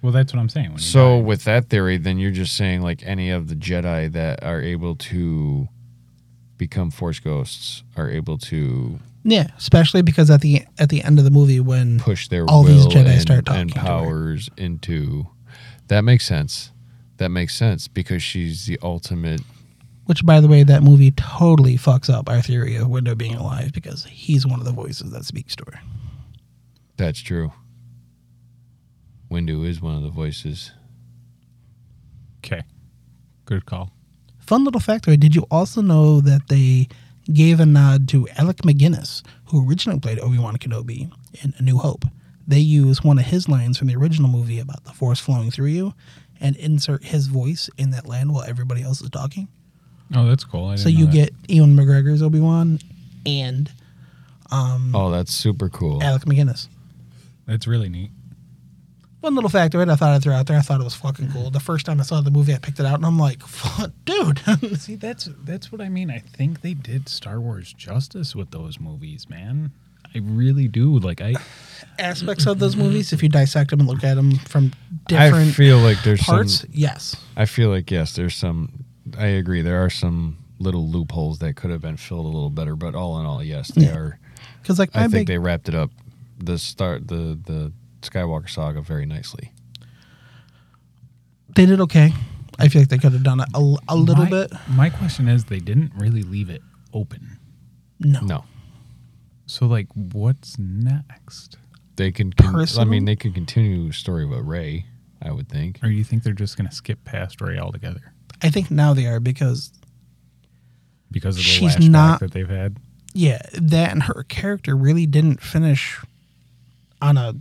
Well, that's what I'm saying. When he So, died. with that theory, then you're just saying like any of the Jedi that are able to become Force ghosts are able to Yeah, especially because at the at the end of the movie when push their All will these Jedi and, start talking and to her. powers into. That makes sense. That makes sense because she's the ultimate. which by the way that movie totally fucks up our theory of Window being alive because he's one of the voices that speaks to her. That's true. Windu is one of the voices. okay, good call. Fun little factoid, did you also know that they gave a nod to Alec McGuinness, who originally played Obi-Wan Kenobi in A New Hope? They use one of his lines from the original movie about the force flowing through you and insert his voice in that line while everybody else is talking. Oh, that's cool. I So didn't know you that. get Ewan McGregor's Obi Wan and Mm. Oh, that's super cool. Alec McGuinness. that's really neat. One little factoid I thought I'd throw out there. I thought it was fucking cool. The first time I saw the movie, I picked it out and I'm like, "Fuck, dude. See, that's that's what I mean. I think they did Star Wars justice with those movies, man. I really do. Like I Aspects of those movies, if you dissect them and look at them from I different feel like there's parts, some. yes. I feel like yes, there's some. I agree. There are some little loopholes that could have been filled a little better, but all in all, yes, they are. Because, like, I my think big, they wrapped it up. The start the the Skywalker saga very nicely. they did okay. I feel like they could have done it a, l- a little my, bit. My question is, they didn't really leave it open. No. No, So like, what's next? they can. Con- I Personal- mean, they can continue the story about Ray. I would think. Or do you think they're just gonna skip past Ray altogether I think now they are because, because of the She's lashback not- that they've had? yeah, that and her character really didn't finish on a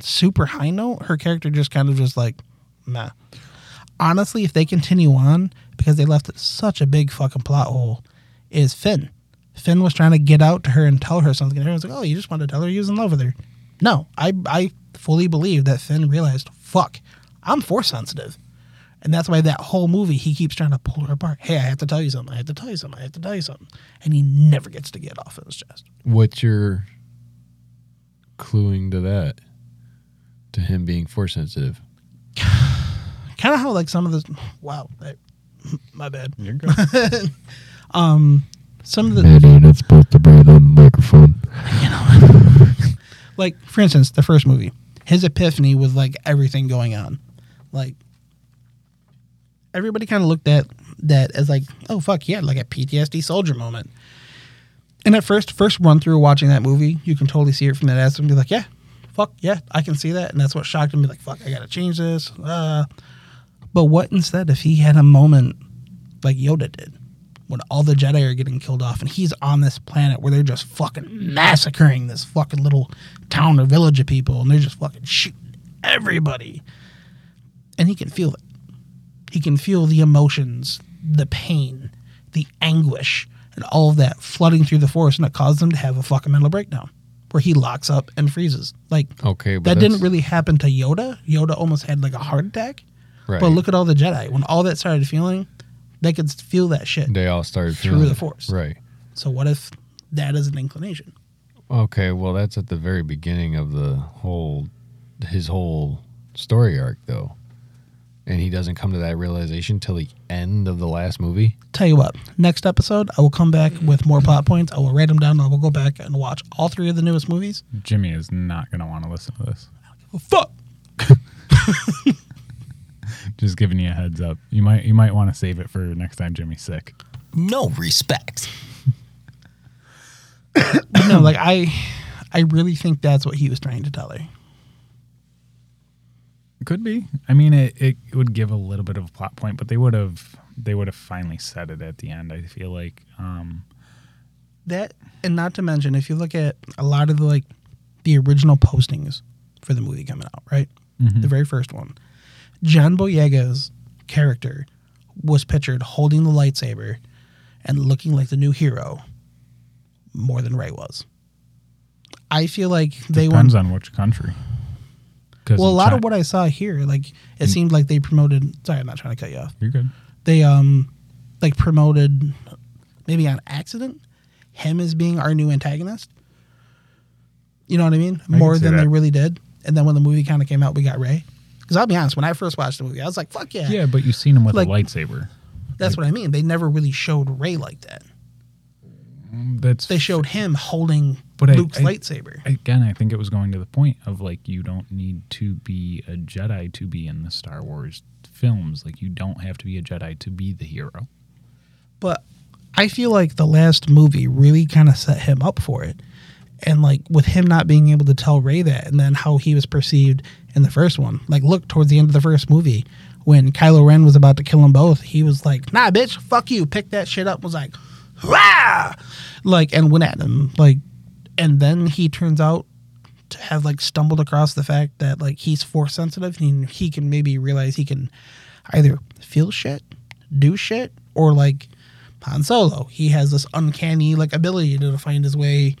super high note. Her character just kind of just like, nah. Honestly, if they continue on, because they left such a big fucking plot hole, is Finn. Finn was trying to get out to her and tell her something, and everyone's like, "Oh, you just wanted to tell her you was in love with her." No, I I fully believe that Finn realized, "Fuck, I'm force sensitive," and that's why that whole movie he keeps trying to pull her apart. Hey, I have to tell you something. I have to tell you something. I have to tell you something, and he never gets to get off of his chest. What's your cluing to that? To him being force sensitive. kind of how like some of the wow, I, my bad. You're good. Some of the that's both the brain on the microphone. like, for instance, the first movie, his epiphany with like everything going on, like everybody kind of looked at that as like, oh fuck yeah, like a PTSD soldier moment. And at first, first run through watching that movie, you can totally see it from that aspect and be like, yeah, fuck yeah, I can see that, and that's what shocked him. Be like, fuck, I gotta change this. Uh, but what instead if he had a moment like Yoda did, when all the Jedi are getting killed off, and he's on this planet where they're just fucking massacring this fucking little town or village of people, and they're just fucking shooting everybody, and he can feel it. He can feel the emotions, the pain, the anguish, and all of that flooding through the forest, and it caused him to have a fucking mental breakdown where he locks up and freezes. Like, Okay, but that didn't that's- really happen to Yoda. Yoda almost had like a heart attack. Right. But look at all the Jedi. When all that started feeling, they could feel that shit. They all started Through feeling the it. force. Right. So what if that is an inclination? Okay, well, that's at the very beginning of the whole, his whole story arc, though. And he doesn't come to that realization till the end of the last movie. Tell you what, next episode I will come back with more plot points. I will write them down. and I will go back and watch all three of the newest movies. Jimmy is not going to want to listen to this. Well, fuck. Just giving you a heads up. You might you might want to save it for next time Jimmy's sick. No respect. But no, like I, I really think that's what he was trying to tell her. Could be. I mean, it, it would give a little bit of a plot point, but they would have they would have finally said it at the end. I feel like. Um, That and not to mention, if you look at a lot of the like the original postings for the movie coming out, right? Mm-hmm. The very first one. John Boyega's character was pictured holding the lightsaber and looking like the new hero more than Ray was. I feel like they went depends on which country. 'Cause well a in lot Chi- of what I saw here, like Mm. it seemed like they promoted sorry, I'm not trying to cut you off you're good. they um like promoted maybe on accident him as being our new antagonist. You know what I mean? can More see than they that. really did. And then when the movie kind of came out, we got Ray. Because I'll be honest, when I first watched the movie, I was like, "Fuck yeah!" Yeah, but you've seen him with Like- a lightsaber. That's what I mean. They never really showed Ray like that. That's They showed him holding But I- Luke's I- lightsaber. again. I think it was going to the point of like you don't need to be a Jedi to be in the Star Wars films. Like you don't have to be a Jedi to be the hero. but I feel like the last movie really kind of set him up for it. And like with him not being able to tell Ray that, and then how he was perceived in the first one. Like, look towards the end of the first movie when Kylo Ren was about to kill them both, he was like, "Nah, bitch, fuck you." Picked that shit up. Was like, "Rah!" Like and went at him. Like, and then he turns out to have like stumbled across the fact that like he's force sensitive and he can maybe realize he can either feel shit, do shit, or like Han Solo. He has this uncanny like ability to find his way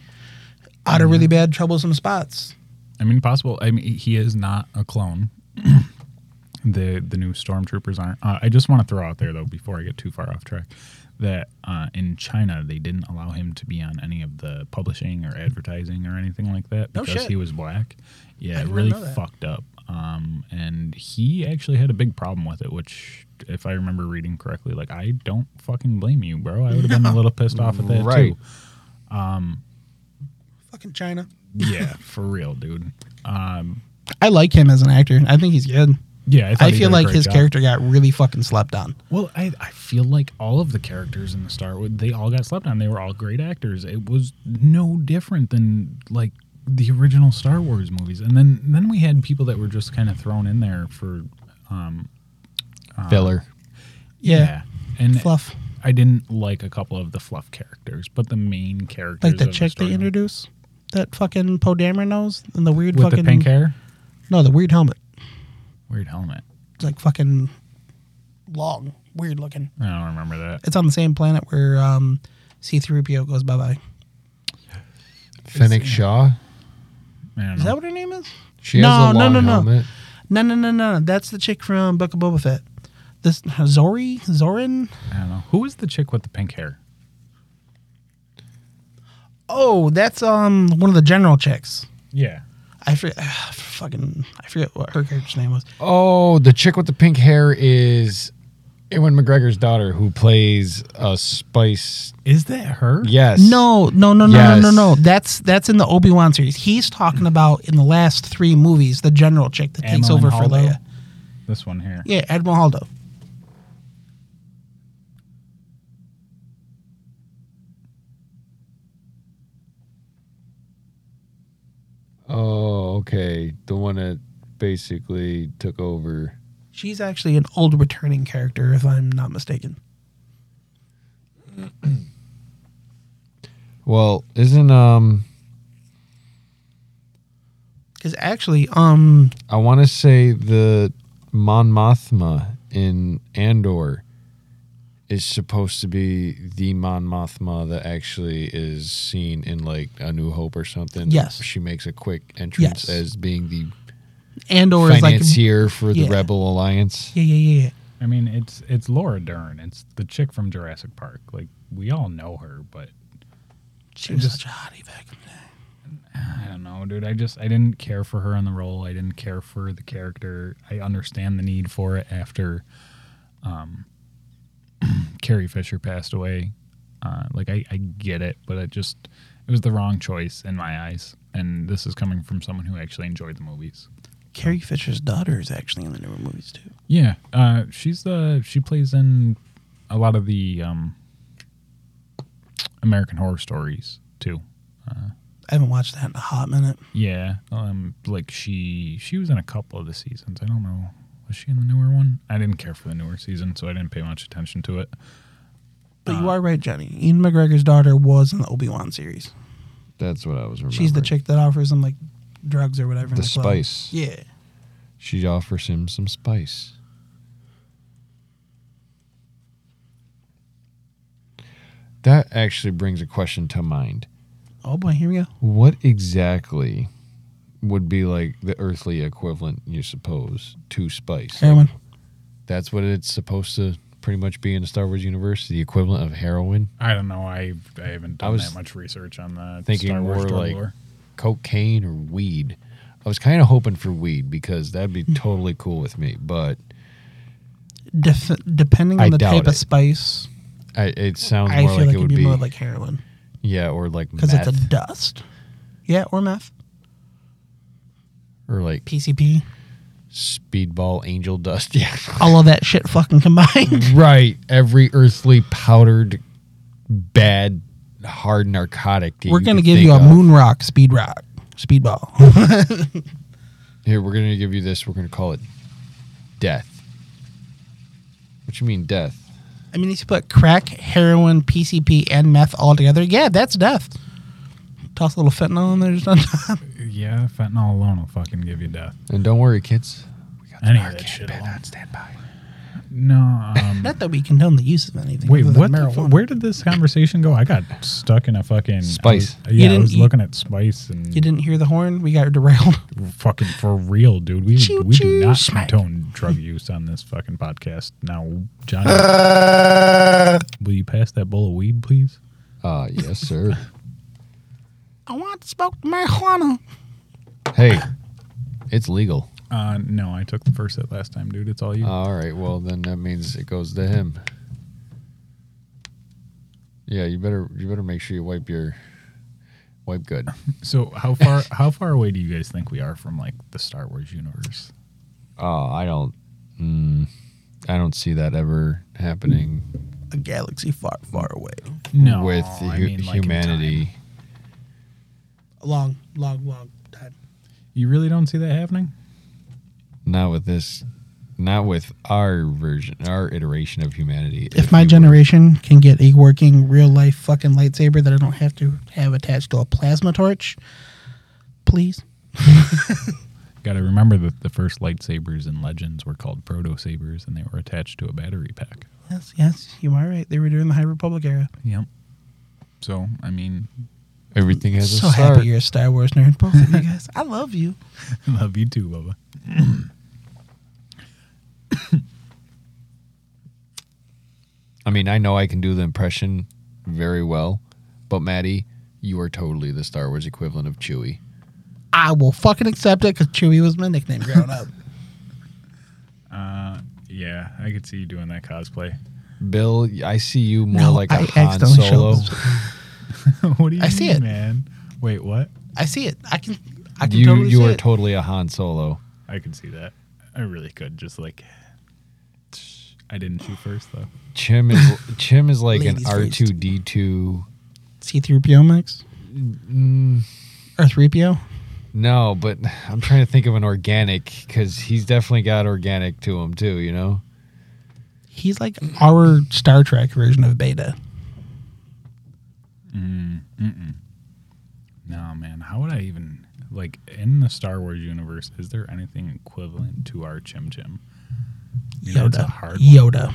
out of really bad troublesome spots. I mean, possible. I mean, he is not a clone. the the new stormtroopers aren't. Uh, I just want to throw out there though, before I get too far off track, that uh, in China they didn't allow him to be on any of the publishing or advertising or anything like that No because shit. he was black. Yeah, it didn't really know that. fucked up. Um, and he actually had a big problem with it, which, if I remember reading correctly, like I don't fucking blame you, bro. I would have been a little pissed off at that Right. too. Fucking China. Yeah, for real, dude. Um, I like him as an actor. I think he's good. yeah, I, thought I he did feel a like great his job. character got really fucking slept on. Well, I, I feel like all of the characters in the Star Wars, they all got slept on. They were all great actors. It was no different than like the original Star Wars movies. And then then we had people that were just kind of thrown in there for Uh-huh. Filler. Yeah. And Fluff. I didn't like a couple of the fluff characters, but the main characters Like the of chick story they introduce that fucking Poe Dameron knows and the weird with fucking the pink hair, No, the weird helmet. weird helmet. It's like fucking long, weird looking. I don't remember that. It's on the same planet where um C3PO goes bye bye. Fennec Shaw. I don't Is know. that what her name is? She No, has a no, long no, no. helmet. No, no, no, no. That's the chick from Book of Boba Fett. This Zori Zorin. I don't know. Who was the chick with the pink hair? Oh, that's um one of the general chicks. Yeah. I forget. fucking, I forget what her character's name was. Oh, the chick with the pink hair is Ewan McGregor's daughter who plays a spice. Is that her? Yes. No, no, no, no, no, no, Yes. no. That's that's in the Obi Wan series. He's talking about in the last three movies the general chick that takes Amelin over for Holdo? Leia. This one here. Yeah, Admiral Haldo. Oh, okay. The one that basically took over. She's actually an old returning character, if I'm not mistaken. Well, isn't um Because actually, um, I want to say the Mon Mothma in Andor is supposed to be the Mon Mothma that actually is seen in like A New Hope or something. Yes. she makes a quick Yes. entrance as being the Andor is like, yeah, financier for the yeah. Rebel Alliance. yeah, yeah, yeah. I mean, it's it's Laura Dern. It's the chick from Jurassic Park. Like we all know her, but She was Just- such a hottie back in the day. I don't know, dude. I just I didn't care for her on the role. I didn't care for the character. I understand the need for it after um, Carrie Fisher passed away. Uh, like I, I get it, but it just it was the wrong choice in my eyes. And this is coming from someone who actually enjoyed the movies. Carrie Fisher's daughter is actually in the newer movies too. Yeah, uh, she's the she plays in a lot of the um, American Horror Stories too. I haven't watched that in a hot minute. Yeah, um, like she she was in a couple of the seasons. I don't know, was she in the newer one? I didn't care for the newer season, so I didn't pay much attention to it. But Uh-huh. you are right, Jenny. Ian McGregor's daughter was in the Obi Wan series. That's what I was remembering. She's the chick that offers him like drugs or whatever. in The club. spice. Yeah. She offers him some spice. That actually brings a question to mind. Oh boy, here we go. What exactly would be like the earthly equivalent, you suppose, to spice? Heroin. That's what it's supposed to pretty much be in the Star Wars universe, the equivalent of heroin, I don't know. I I haven't I done was that much research on the thinking Star Wars more drug like- lore. cocaine, or weed. I was kind of hoping for weed because that'd be totally cool with me, but Def- depending on I the doubt type it. of spice, I, it sounds I more feel like, like, it it'd would be, be, more like heroin yeah, or like because it's a meth. dust. Yeah, or meth, or like PCP, speedball angel dust. Yeah. all of that shit fucking combined. right. Every earthly powdered bad hard narcotic. that We're you gonna could give you a think of. moon rock, speed rock, speedball. Here, we're gonna give you this. We're gonna call it death. What you mean death? I mean, if you put crack, heroin, PCP, and meth all together, yeah, that's death. Toss a little fentanyl in there just on top. Yeah, fentanyl alone will fucking give you death. And don't worry, kids. We got Any of that shit band alone. on standby. No. Um, Not that we condone the use of anything. wait, other what? than The, marijuana. fu- where did this conversation go? I got stuck in a fucking I Spice. was- yeah, I didn't- was you- looking at spice and You didn't hear the horn? We got derailed. fucking for real, dude. We Choo we do choo, not smack. condone drug use on this fucking podcast. Now, Johnny, will you pass that bowl of weed, please? Uh, yes, sir. I want to smoke marijuana. hey, it's legal. Uh, no, I took the first hit last time, dude. It's all you. All right. Well, then that means it goes to him. Yeah, you better you better make sure you wipe your wipe good. so, how far how far away do you guys think we are from like the Star Wars universe? Oh, I don't. Mm, I don't see that ever happening A galaxy far, far away. No, with I hu- mean, like, in humanity. time. A long, long, long time. You really don't see that happening? Not with this. Not with our version, our iteration of humanity. If my we were- generation can get a working real life fucking lightsaber that I don't have to have attached to a plasma torch, please. Got to remember that the first lightsabers in Legends were called proto sabers, and they were attached to a battery pack. Yes, yes, you are right. They were during the High Republic era. Yep. So, I mean, everything has so a start. happy you're a Star Wars nerd, both of you guys. I love you. Love you too, Bubba. I mean, I know I can do the impression very well, but Maddie, you are totally the Star Wars equivalent of Chewie. I will fucking accept it because Chewie was my nickname growing up. Yeah, I could see you doing that cosplay. Bill, I see you more No, like a I Han accidentally Solo. showed what do you I see mean, it. man? Wait, what? I see it. I can. I can You totally you see are it. totally a Han Solo. I could see that. I really could. Just like, I didn't shoot first though. Chim is Chim is like an Ladies R first. two D two. C three PO Max or three PO. No, but I'm trying to think of an organic because he's definitely got organic to him too. You know, He's like our Star Trek version of Beta. No, Mm, man. How would I even like in the Star Wars universe? Is there anything equivalent to our Chim Chim? You know, it's a Yoda. hard. one. Yoda.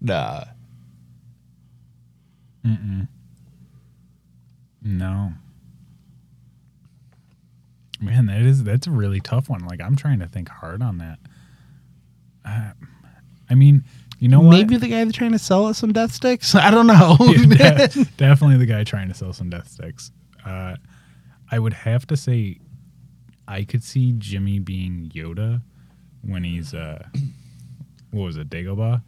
nah. No. Man, that is that's a really tough one. Like I'm trying to think hard on that. Uh, I mean, you know what? Maybe the guy that's trying to sell us some death sticks. I don't know. Yeah, de- definitely the guy trying to sell some death sticks. Uh, I would have to say, I could see Jimmy being Yoda when he's uh, what was it, Dagobah?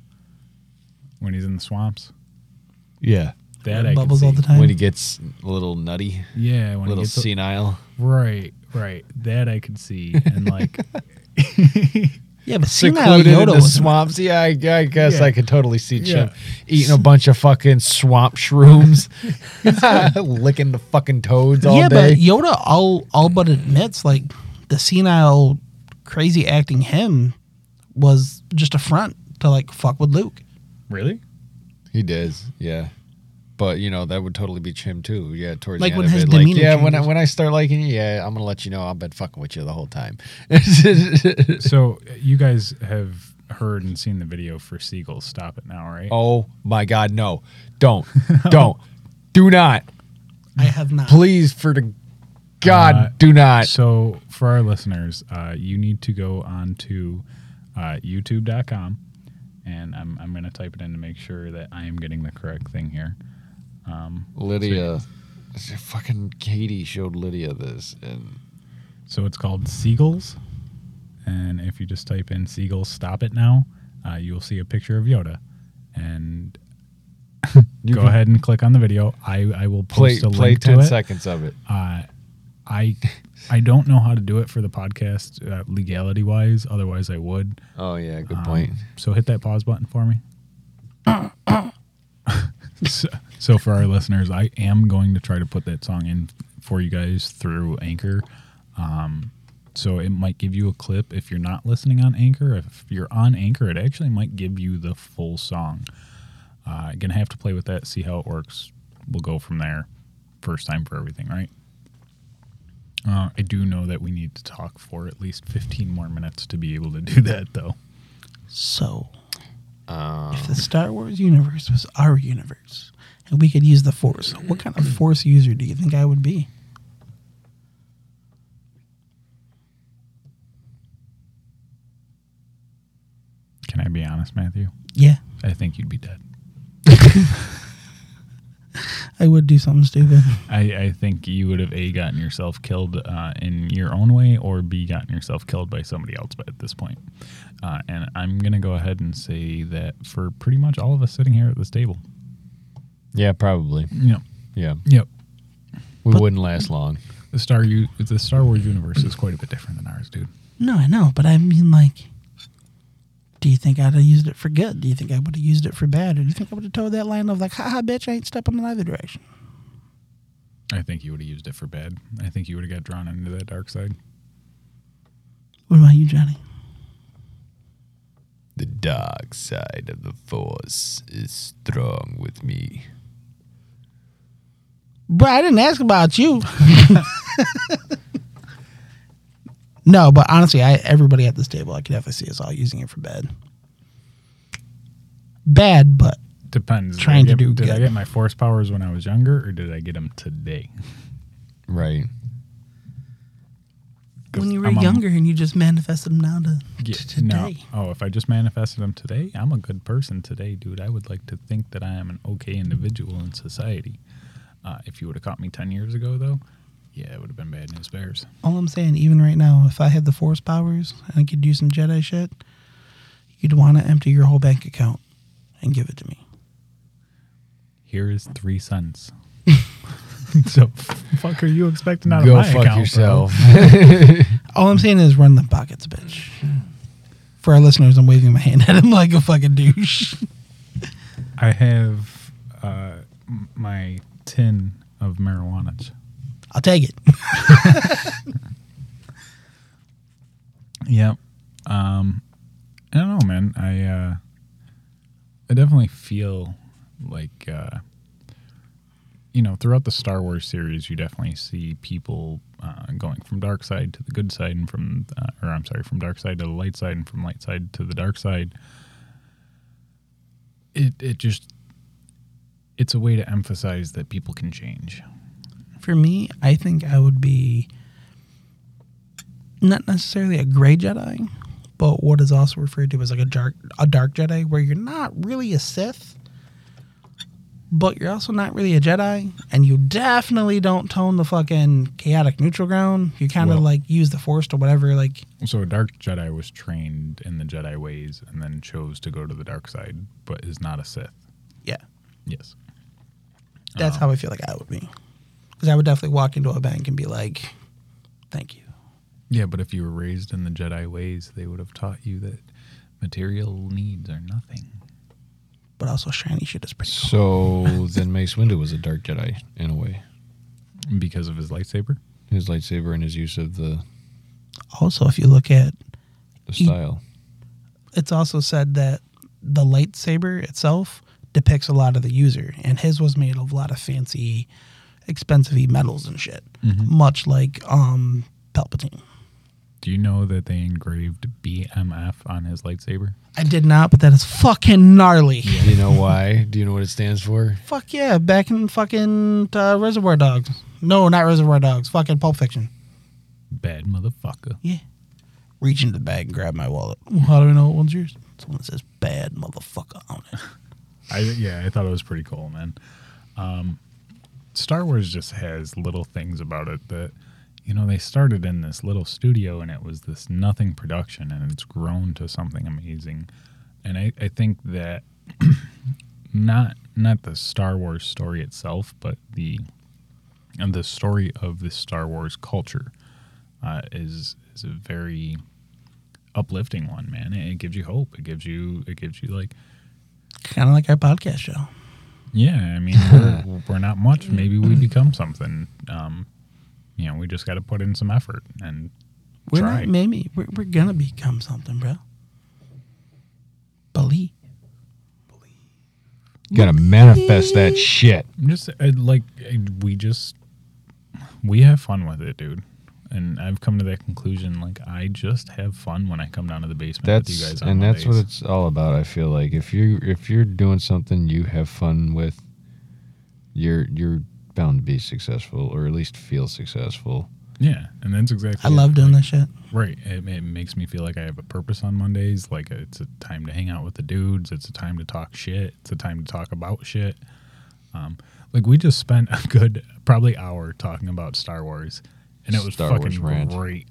When he's in the swamps, Yeah, that I could Bubbles all see. the time. when he gets a little nutty, Yeah, when a little he gets senile. right, right. That I could see, and like, yeah, but senile secluded in Yoda the was swamps. Yeah, I, I guess Yeah. I could totally see Chip Yeah. eating a bunch of fucking swamp shrooms, licking the fucking toads all yeah, day. but Yoda all all but admits like the senile, crazy acting him was just a front to like fuck with Luke. really? he does, yeah. But you know that would totally be Chim too. Yeah, towards Like the when end of his it, like demeanor yeah, when I, changes. when I start liking you, yeah, I'm gonna let you know I've been fucking with you the whole time. So you guys have heard and seen the video for Seagull Stop It Now, right? oh my god, no, don't, don't, do not, I have not. please, for the god, Uh, do not. So, for our listeners, uh, you need to go on to uh, youtube.com and I'm, I'm going to type it in to make sure that I am getting the correct thing here. Lydia, fucking Katie showed Lydia this, and So, it's called Seagulls. And if you just type in Seagulls Stop It Now, uh, you'll see a picture of Yoda. And go ahead and click on the video. I, I will play post a play link to ten it. seconds of it. Uh, I. I don't know how to do it for the podcast uh, legality wise. Otherwise, I would. Oh yeah, good point. Um, So hit that pause button for me. so, so for our listeners, I am going to try to put that song in for you guys through Anchor. Um, so it might give you a clip if you're not listening on Anchor. If you're on Anchor, it actually might give you the full song. Uh, gonna have to play with that, see how it works. We'll go from there. First time for everything, right? Uh, I do know that we need to talk for at least 15 more minutes to be able to do that, though. So, if the Star Wars universe was our universe and we could use the Force, what kind of Force user do you think I would be? Can I be honest, Matthew? Yeah, I think you'd be dead. I would do something stupid. I, I think you would have A, gotten yourself killed uh, in your own way, or B, gotten yourself killed by somebody else But at this point. Uh, and I'm going to go ahead and say that for pretty much all of us sitting here at this table. Yeah, probably. Yep. Yeah, Yep. we wouldn't last long. The Star, U- the Star Wars universe is quite a bit different than ours, dude. No, I know, but I mean, like, do you think I'd have used it for good? Do you think I would have used it for bad? Or do you think I would have told that line of like, "Ha ha, bitch, I ain't stepping in either direction"? I think you would have used it for bad. I think you would have got drawn into that dark side. What about you, Johnny? The dark side of the force is strong with me. But I didn't ask about you. no, but honestly, I everybody at this table, I could definitely see us all using it for bad. Bad, but Depends. Did I Trying to get- do Did I good. get my force powers when I was younger, or did I get them today? Right. 'Cause I'm a- and you just manifested them now to, Yeah, No. Oh, if I just manifested them today, I'm a good person today, dude. I would like to think that I am an okay individual in society. Uh, if you would have caught me 10 years ago, though, Yeah, it would have been bad news bears. All I'm saying, even right now, if I had the force powers and I could do some Jedi shit, you'd want to empty your whole bank account and give it to me. Here is three cents. so fuck are you expecting out Go of my fuck account, bro? yourself. All I'm saying is run the pockets, bitch. Hmm. For our listeners, I'm waving my hand at him like a fucking douche. I have uh, m- my tin of marijuana. I'll take it. Yep. Um, I don't know, man. I uh, I definitely feel like uh, you know throughout the Star Wars series, you definitely see people uh, going from dark side to the good side, and from uh, or I'm sorry, from dark side to the light side, and from light side to the dark side. It it just it's a way to emphasize that people can change. For me, I think I would be not necessarily a gray Jedi, but what is also referred to as like a dark a dark Jedi, where you're not really a Sith, but you're also not really a Jedi, and you definitely don't tone the fucking chaotic neutral ground. You kind of Well- like use the Force or whatever. Like So a dark Jedi was trained in the Jedi ways and then chose to go to the dark side, but is not a Sith. yeah, Yes. that's how I feel like I would be, because I would definitely walk into a bank and be like, "Thank you." Yeah, but if you were raised in the Jedi ways, they would have taught you that material needs are nothing. But also, shiny shit is pretty. Cool. So then Mace Windu was a dark Jedi in a way. Because of his lightsaber? His lightsaber and his use of the, Also, if you look at the He- style. it's also said that the lightsaber itself depicts a lot of the user, and his was made of a lot of fancy, expensive metals and shit, much like um Palpatine. Do you know that they engraved BMF on his lightsaber? I did not, but that is fucking gnarly. Do you know why? Do you know what it stands for? Fuck yeah, back in fucking uh, Reservoir Dogs. No, not Reservoir Dogs. Fucking Pulp Fiction. Bad motherfucker. Yeah. Reach into the bag and grab my wallet. Well, how do I know what one's yours? It's one that says bad motherfucker on it. I yeah, I thought it was pretty cool, man. Um, Star Wars just has little things about it that you know they started in this little studio and it was this nothing production and it's grown to something amazing. And I, I think that not not the Star Wars story itself, but the and the story of the Star Wars culture uh, is is a very uplifting one, man. It, it gives you hope. It gives you it gives you like Kind of like our podcast show. yeah, I mean, we're, we're not much. Maybe we become something. Um, you know, we just got to put in some effort and We're try. not maybe. We're, we're gonna become something, bro. Believe. Gotta manifest that shit. I'm just I, like I, we just we have fun with it, dude. And I've come to that conclusion. Like I just have fun when I come down to the basement with you That's guys. On and that's what Mondays. it's all about. I feel like if you if you're doing something you have fun with, you're you're bound to be successful or at least feel successful. yeah, and that's exactly. I it. love doing that shit. Right. It, it makes me feel like I have a purpose on Mondays. Like it's a time to hang out with the dudes. It's a time to talk shit. It's a time to talk about shit. Um, like we just spent a good probably hour talking about Star Wars, and it was Star Wars fucking rant. great.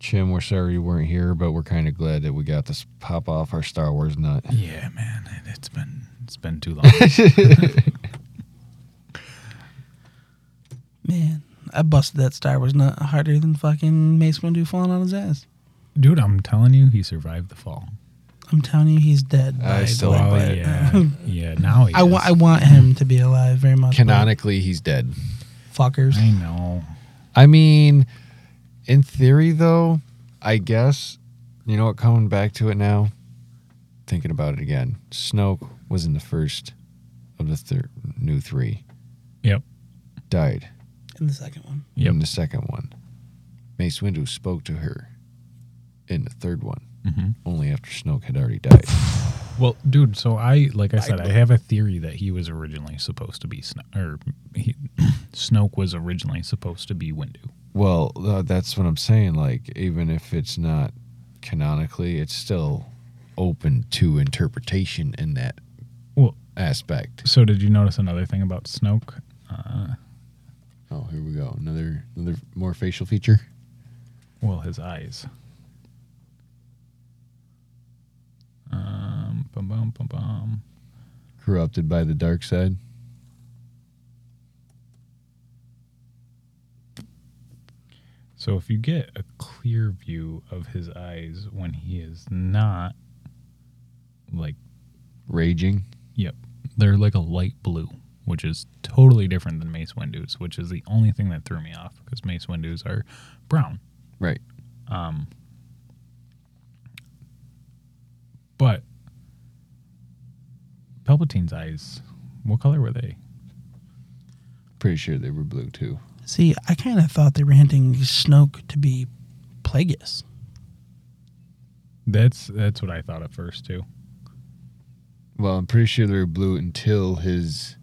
Chim, we're sorry you weren't here, but we're kind of glad that we got to s- pop off our Star Wars nut. Yeah, man. it- It's been it's been too long. Man, I busted that Star Wars nut harder than fucking Mace Windu falling on his ass. Dude, I'm telling you, he survived the fall. Oh, I'm telling you, he's dead. by I the still way, have but- it. yeah, yeah. Now he I is. want. I want him to be alive very much. but Canonically, he's dead. fuckers. I know. I mean, in theory, though, I guess you know what. Coming back to it now, thinking about it again, Snoke was in the first of the thir- new three. Yep. Died In the second one, Yep. in the second one. Mace Windu spoke to her in the third one, Mhm. only after Snoke had already died. Well, dude, so I like I said, I have a theory that he was originally supposed to be Sno- or he, Snoke was originally supposed to be Windu. Well, uh, that's what I'm saying. Like, even if it's not canonically, it's still open to interpretation in that Well, aspect. so did you notice another thing about Snoke? Uh, Oh, here we go. Another another more facial feature. Well, his eyes. Um, bum bum bum bum. Corrupted by the dark side. So if you get a clear view of his eyes when he is not like Raging. Yep. They're like a light blue, which is totally different than Mace Windu's, which is the only thing that threw me off because Mace Windu's are brown. Right. Um, but Palpatine's eyes, what color were they? Pretty sure they were blue too. See, I kind of thought they were hinting Snoke to be Plagueis. That's that's what I thought at first too. Well, I'm pretty sure they were blue until his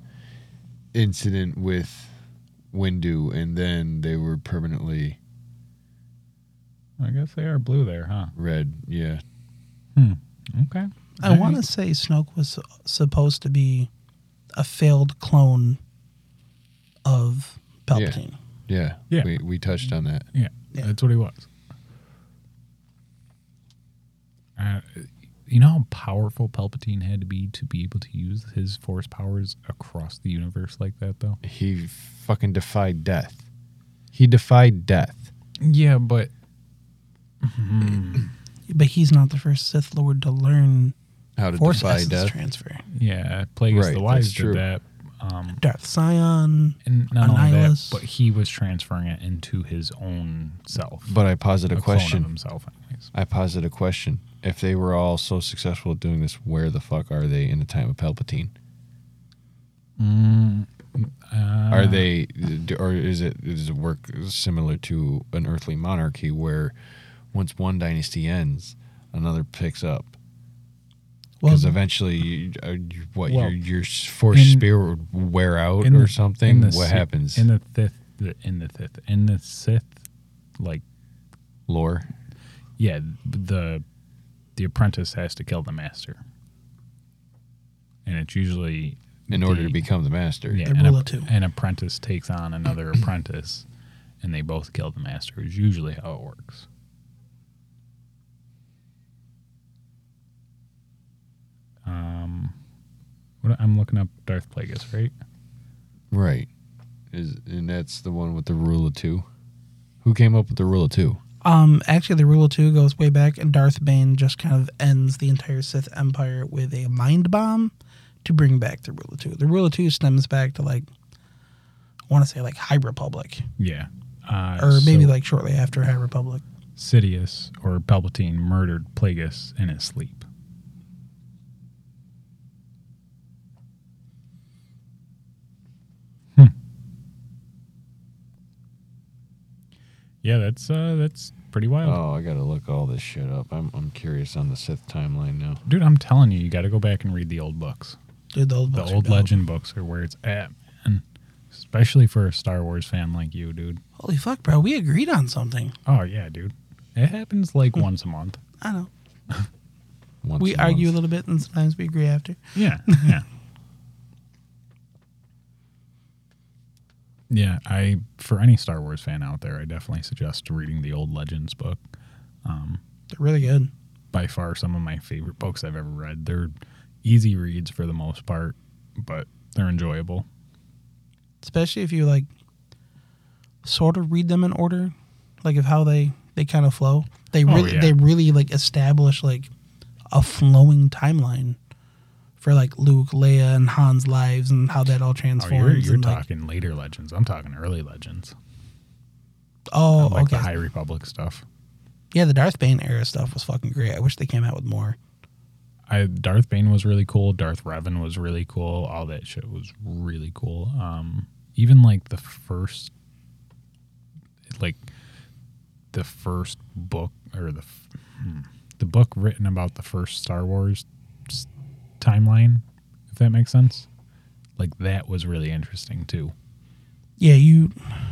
incident with Windu, and then they were permanently I guess they are blue there, huh? red. Yeah. Okay. I want to say Snoke was su- supposed to be a failed clone of Palpatine. Yeah. Yeah. We, we touched on that. Yeah, Yeah. that's what he was. Uh, you know how powerful Palpatine had to be to be able to use his force powers across the universe like that, though? He fucking defied death. He defied death. Yeah, but But he's not the first Sith Lord to learn How to Force defy Essence death. transfer. yeah, Plagueis Right, the Wise that's true. did that. Um, Darth Scion. and not only that, Annihilus. but he was transferring it into his own self. But I posit a, a clone of question. himself, anyways. I posit a question. If they were all so successful at doing this, where the fuck are they in the time of Palpatine? Uh, are they, do- or is it is it work similar to an earthly monarchy where once one dynasty ends, another picks up? Well, Because eventually, you, uh, you, what Well, your your force in- spear would wear out in or the- in something. the What Sith- happens? in the fifth? The, in the fifth? In the Sith? Like Lore. yeah, the the apprentice has to kill the master, and it's usually In order the- to become the master, yeah, The an, rule app- of two. an apprentice takes on another apprentice, and they both kill the master. Is usually how it works. Um, what, I'm looking up Darth Plagueis, right? right? Is and that's the one with the rule of two. Who came up with the rule of two? um, actually, the rule of two goes way back, and Darth Bane just kind of ends the entire Sith Empire with a mind bomb to bring back the rule of two. The rule of two stems back to like, I want to say like High Republic, Yeah. Uh, or maybe so like shortly after High Republic. Sidious or Palpatine murdered Plagueis in his sleep. Hmm. Yeah, that's uh, that's pretty wild, Oh, I gotta look all this shit up. I'm I'm curious on the Sith timeline now. dude. I'm telling you, you got to go back and read the old books. Dude, the old, The books are old dope. legend books are where it's at, man. Especially for a Star Wars fan like you, dude. Holy fuck, bro! We agreed on something. Oh yeah, dude. It happens like once a month. I know. Once We a argue a month. little bit, and sometimes we agree after. Yeah, yeah. yeah, I for any Star Wars fan out there, I definitely suggest reading the old Legends book. They're really good. By far some of my favorite books I've ever read. They're easy reads for the most part, but they're enjoyable. especially if you like sort of read them in order like of how they they kind of flow they Oh, really yeah. they really like establish like a flowing timeline for like Luke, Leia, and Han's lives and how that all Oh, you're, transforms. you're and, like- talking later Legends. I'm talking early Legends. oh, like okay, the High Republic stuff. yeah, the Darth Bane era stuff was fucking great. I wish they came out with more. I Darth Bane was really cool. Darth Revan was really cool. All that shit was really cool. Um, even like the first, like the first book or the f- hmm, the book written about the first Star Wars s- timeline, if that makes sense. Like that was really interesting too. Yeah, you.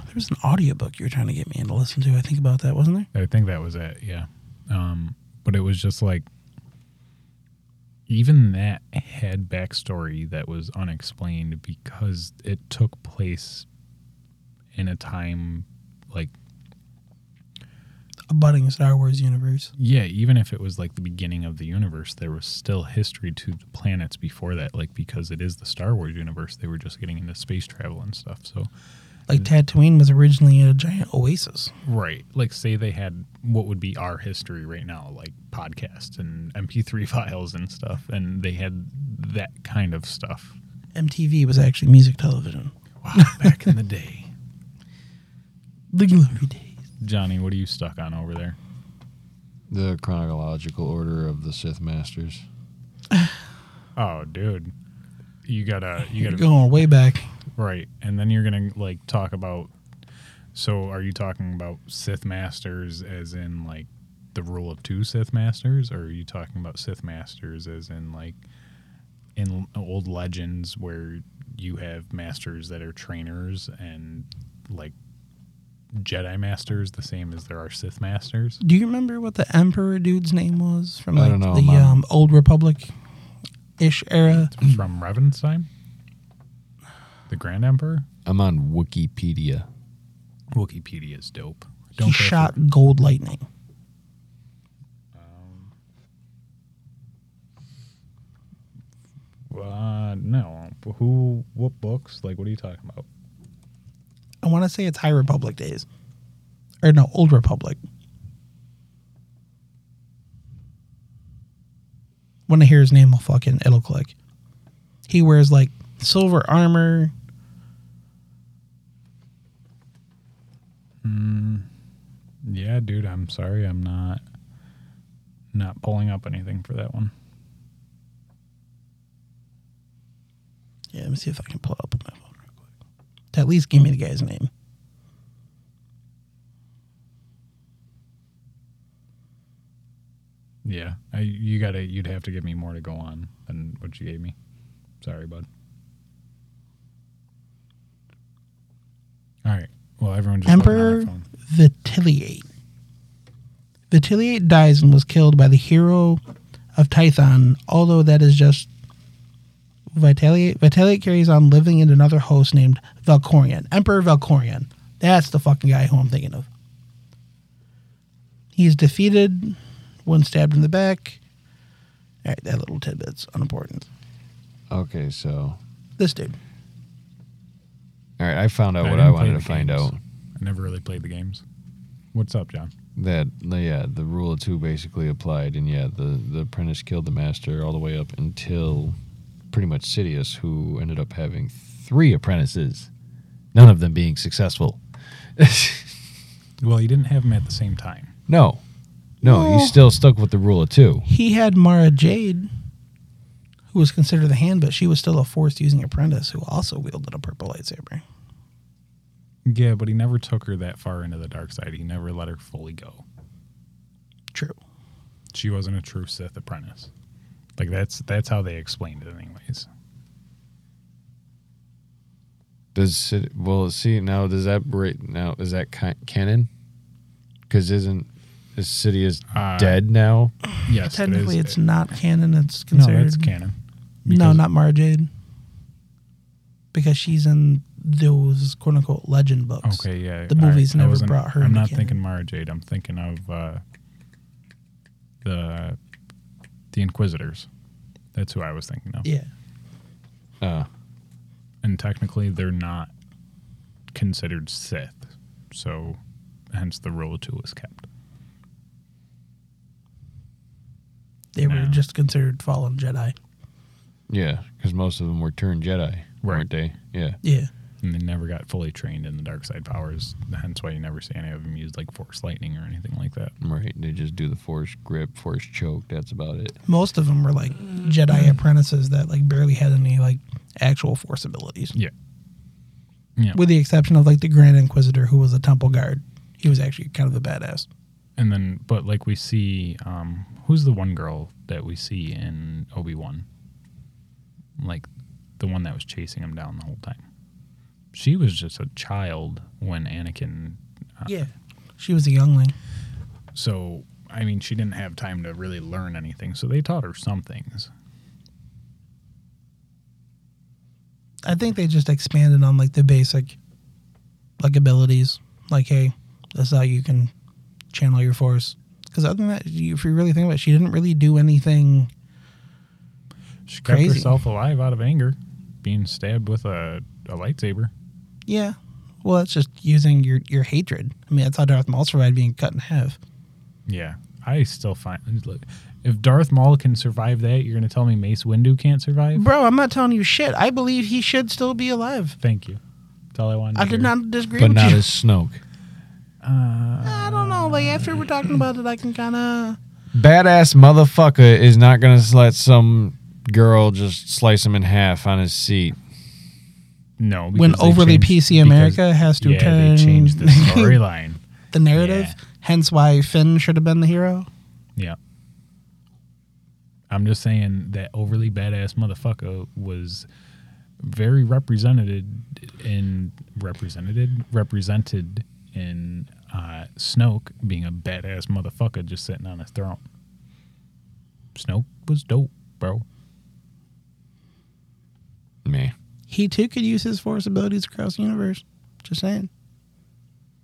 There was an audiobook you were trying to get me into listen to. I think about that, wasn't there? I think that was it. Yeah. Um, but it was just like even that had backstory that was unexplained because it took place in a time like a budding Star Wars universe. yeah, even if it was like the beginning of the universe, there was still history to the planets before that, like because it is the Star Wars universe, they were just getting into space travel and stuff. So Like Mm. Tatooine was originally a giant oasis. Right. Like say they had what would be our history right now, like podcasts and MP3 files and stuff, and they had that kind of stuff MTV was actually music television. wow, back in the day. The glory days. Johnny, what are you stuck on over there? The chronological order of the Sith Masters. Oh, dude. You gotta you You're gotta going way back. right. And then you're gonna like talk about so are you talking about Sith Masters as in like the rule of two Sith Masters, or are you talking about Sith Masters as in like in old legends where you have masters that are trainers and like Jedi masters the same as there are Sith masters? Do you remember what the Emperor dude's name was from I like don't know, the Mom. um, Old Republic ish era? From Revan's time? The Grand Emperor? I'm on Wikipedia. Wikipedia is dope. he care for- shot gold lightning. Uh, no. Who? What books? Like, what are you talking about? I want to say it's High Republic days, or no, Old Republic. When I hear his name, I'll fucking it'll click. He wears like silver armor. Yeah, dude. I'm sorry. I'm not not pulling up anything for that one. Yeah, let me see if I can pull it up on my phone real quick. To at least give me the guy's name. Yeah, I, you gotta. You'd have to give me more to go on than what you gave me. Sorry, bud. All right. Well, everyone just looking on their Emperor phone. Vitiliate. Vitiliate dies and was killed by the hero of Tython, although that is just Vitaliate. Vitaliate carries on living in another host named Valkorion. Emperor Valkorion. That's the fucking guy who I'm thinking of. He's defeated when stabbed in the back. All right, that little tidbit's unimportant. Okay, so This dude. all right, I found out what didn't I play wanted the to find games. out. I never really played the games. What's up, John? That yeah, the rule of two basically applied, and yeah, the the apprentice killed the master all the way up until pretty much Sidious, who ended up having three apprentices, none of them being successful. Well, you didn't have them at the same time. no, no, No. he's still stuck with the rule of two. he had Mara Jade, who was considered the hand, but she was still a force using apprentice who also wielded a purple lightsaber. Yeah, but he never took her that far into the dark side. He never let her fully go. True. She wasn't a true Sith apprentice. Like that's that's how they explained it, anyways. Does Sid, well see now? Does that right now is that ca- canon? Because isn't is Sidious Uh, dead now? Yes, it Technically, is- it's not canon. It's no, considered. that's canon. No, not Mara Jade. Because she's in those quote unquote legend books. Okay, yeah. The all movies I never wasn't- brought her I'm into not canon. thinking Mara Jade. I'm thinking of uh, the the Inquisitors. That's who I was thinking of. Yeah. Uh, And technically, they're not considered Sith, so hence the rule of two is kept. They were No. just considered fallen Jedi. yeah, because most of them were turned Jedi, Right. weren't they? Yeah. Yeah. and they never got fully trained in the dark side powers. Hence why you never see any of them use like force lightning or anything like that. Right, they just do the force grip, force choke. That's about it. Most of them were like Jedi apprentices that like barely had any like actual force abilities. Yeah, yeah. with the exception of like the Grand Inquisitor, who was a temple guard. He was actually kind of a badass. and then, but like we see, um, who's the one girl that we see in Obi Wan? Like the one that was chasing him down the whole time. She was just a child when Anakin. Uh, Yeah, she was a youngling. So I mean, she didn't have time to really learn anything. So they taught her some things. I think they just expanded on like the basic, like abilities. Like, hey, this is how you can channel your force. Because other than that, you, if you really think about it, she didn't really do anything. She kept Crazy. herself alive out of anger, being stabbed with a, a lightsaber. Yeah. Well, that's just using your, your hatred. I mean, that's how Darth Maul survived being cut in half. Yeah, I still find look, if Darth Maul can survive that, you're gonna tell me Mace Windu can't survive? Bro, I'm not telling you shit. I believe he should still be alive. Thank you. That's all I wanted. I to hear. did not disagree but with not you. as Snoke. I don't know. Like, after we're talking about it, I can kind of. Badass motherfucker is not gonna let some girl just slice him in half on his seat. No, When because they overly changed- PC because- America has to yeah, turn. they changed the storyline. the narrative. Yeah. Hence why Finn should have been the hero. yeah, I'm just saying that overly badass motherfucker was very represented in represented represented in uh, Snoke being a badass motherfucker just sitting on his throne. Snoke was dope, bro. Man. He too could use his force abilities across the universe. Just saying.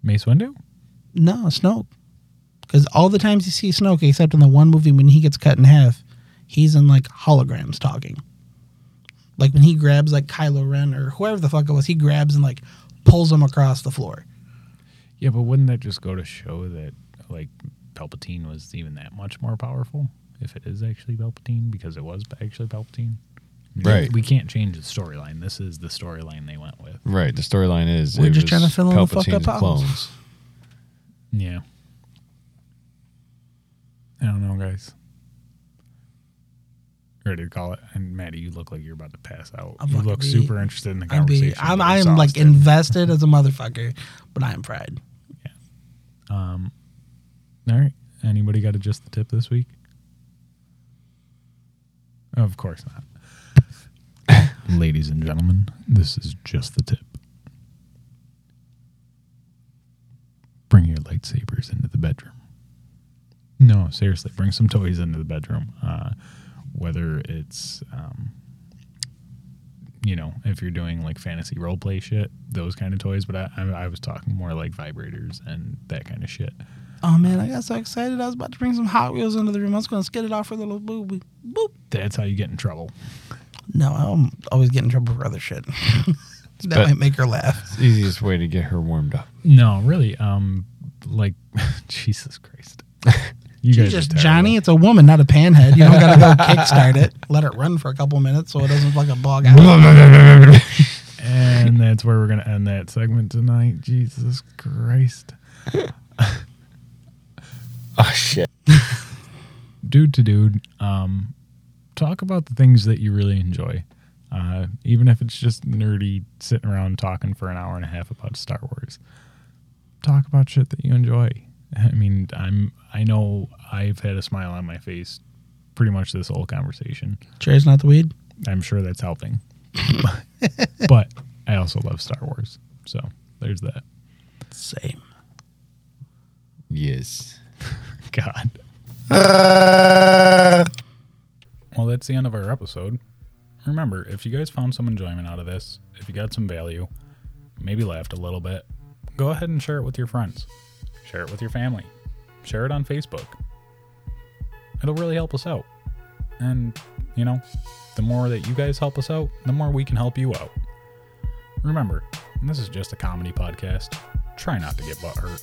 Mace Windu. No, Snoke. Because all the times you see Snoke, except in the one movie when he gets cut in half, he's in like holograms talking. Like when he grabs like Kylo Ren or whoever the fuck it was, he grabs and like pulls him across the floor. Yeah, but wouldn't that just go to show that like Palpatine was even that much more powerful? If it is actually Palpatine, because it was actually Palpatine. Right. We can't change the storyline. This is the storyline they went with. Right. The storyline is We're it just was trying to fill in the fuck Palpatine's up holes. clones. Yeah. I don't know, guys. Ready to call it? And Maddie, you look like you're about to pass out. I'm you fucking look be- super interested in the I'd conversation. be, I'm, but I'm like exhausted. invested as a motherfucker, but I am fried. All right. Anybody got a just the tip this week? Of course not. Ladies and gentlemen, this is just the tip. Bring your lightsabers into the bedroom. No, seriously, bring some toys into the bedroom. Uh, whether it's, um, you know, if you're doing like fantasy role play shit, those kind of toys. But I, I, I was talking more like vibrators and that kind of shit. Oh man, I got so excited. I was about to bring some Hot Wheels into the room. I was going to skid it off with a little booby. Boop. That's how you get in trouble. No, I'm always getting in trouble for other shit. that But- might make her laugh. It's the easiest way to get her warmed up. No, really. Um, like Jesus Christ. You guys are Jesus, terrible. Johnny, it's a woman, not a panhead. You don't gotta go kickstart it. Let it run for a couple minutes so it doesn't fucking bog out. And that's where we're gonna end that segment tonight. Jesus Christ. Ah, Oh shit. dude to dude, um, talk about the things that you really enjoy, uh, even if it's just nerdy sitting around talking for an hour and a half about Star Wars. Talk about shit that you enjoy. I mean, I'm I know I've had a smile on my face pretty much this whole conversation. Cherry's not the weed. I'm sure that's helping. but I also love Star Wars, so there's that. Same. Yes. God. well, that's the end of our episode. Remember, if you guys found some enjoyment out of this, if you got some value, maybe laughed a little bit, go ahead and share it with your friends. Share it with your family. Share it on Facebook. It'll really help us out. And, you know, the more that you guys help us out, the more we can help you out. Remember, this is just a comedy podcast. Try not to get butt hurt.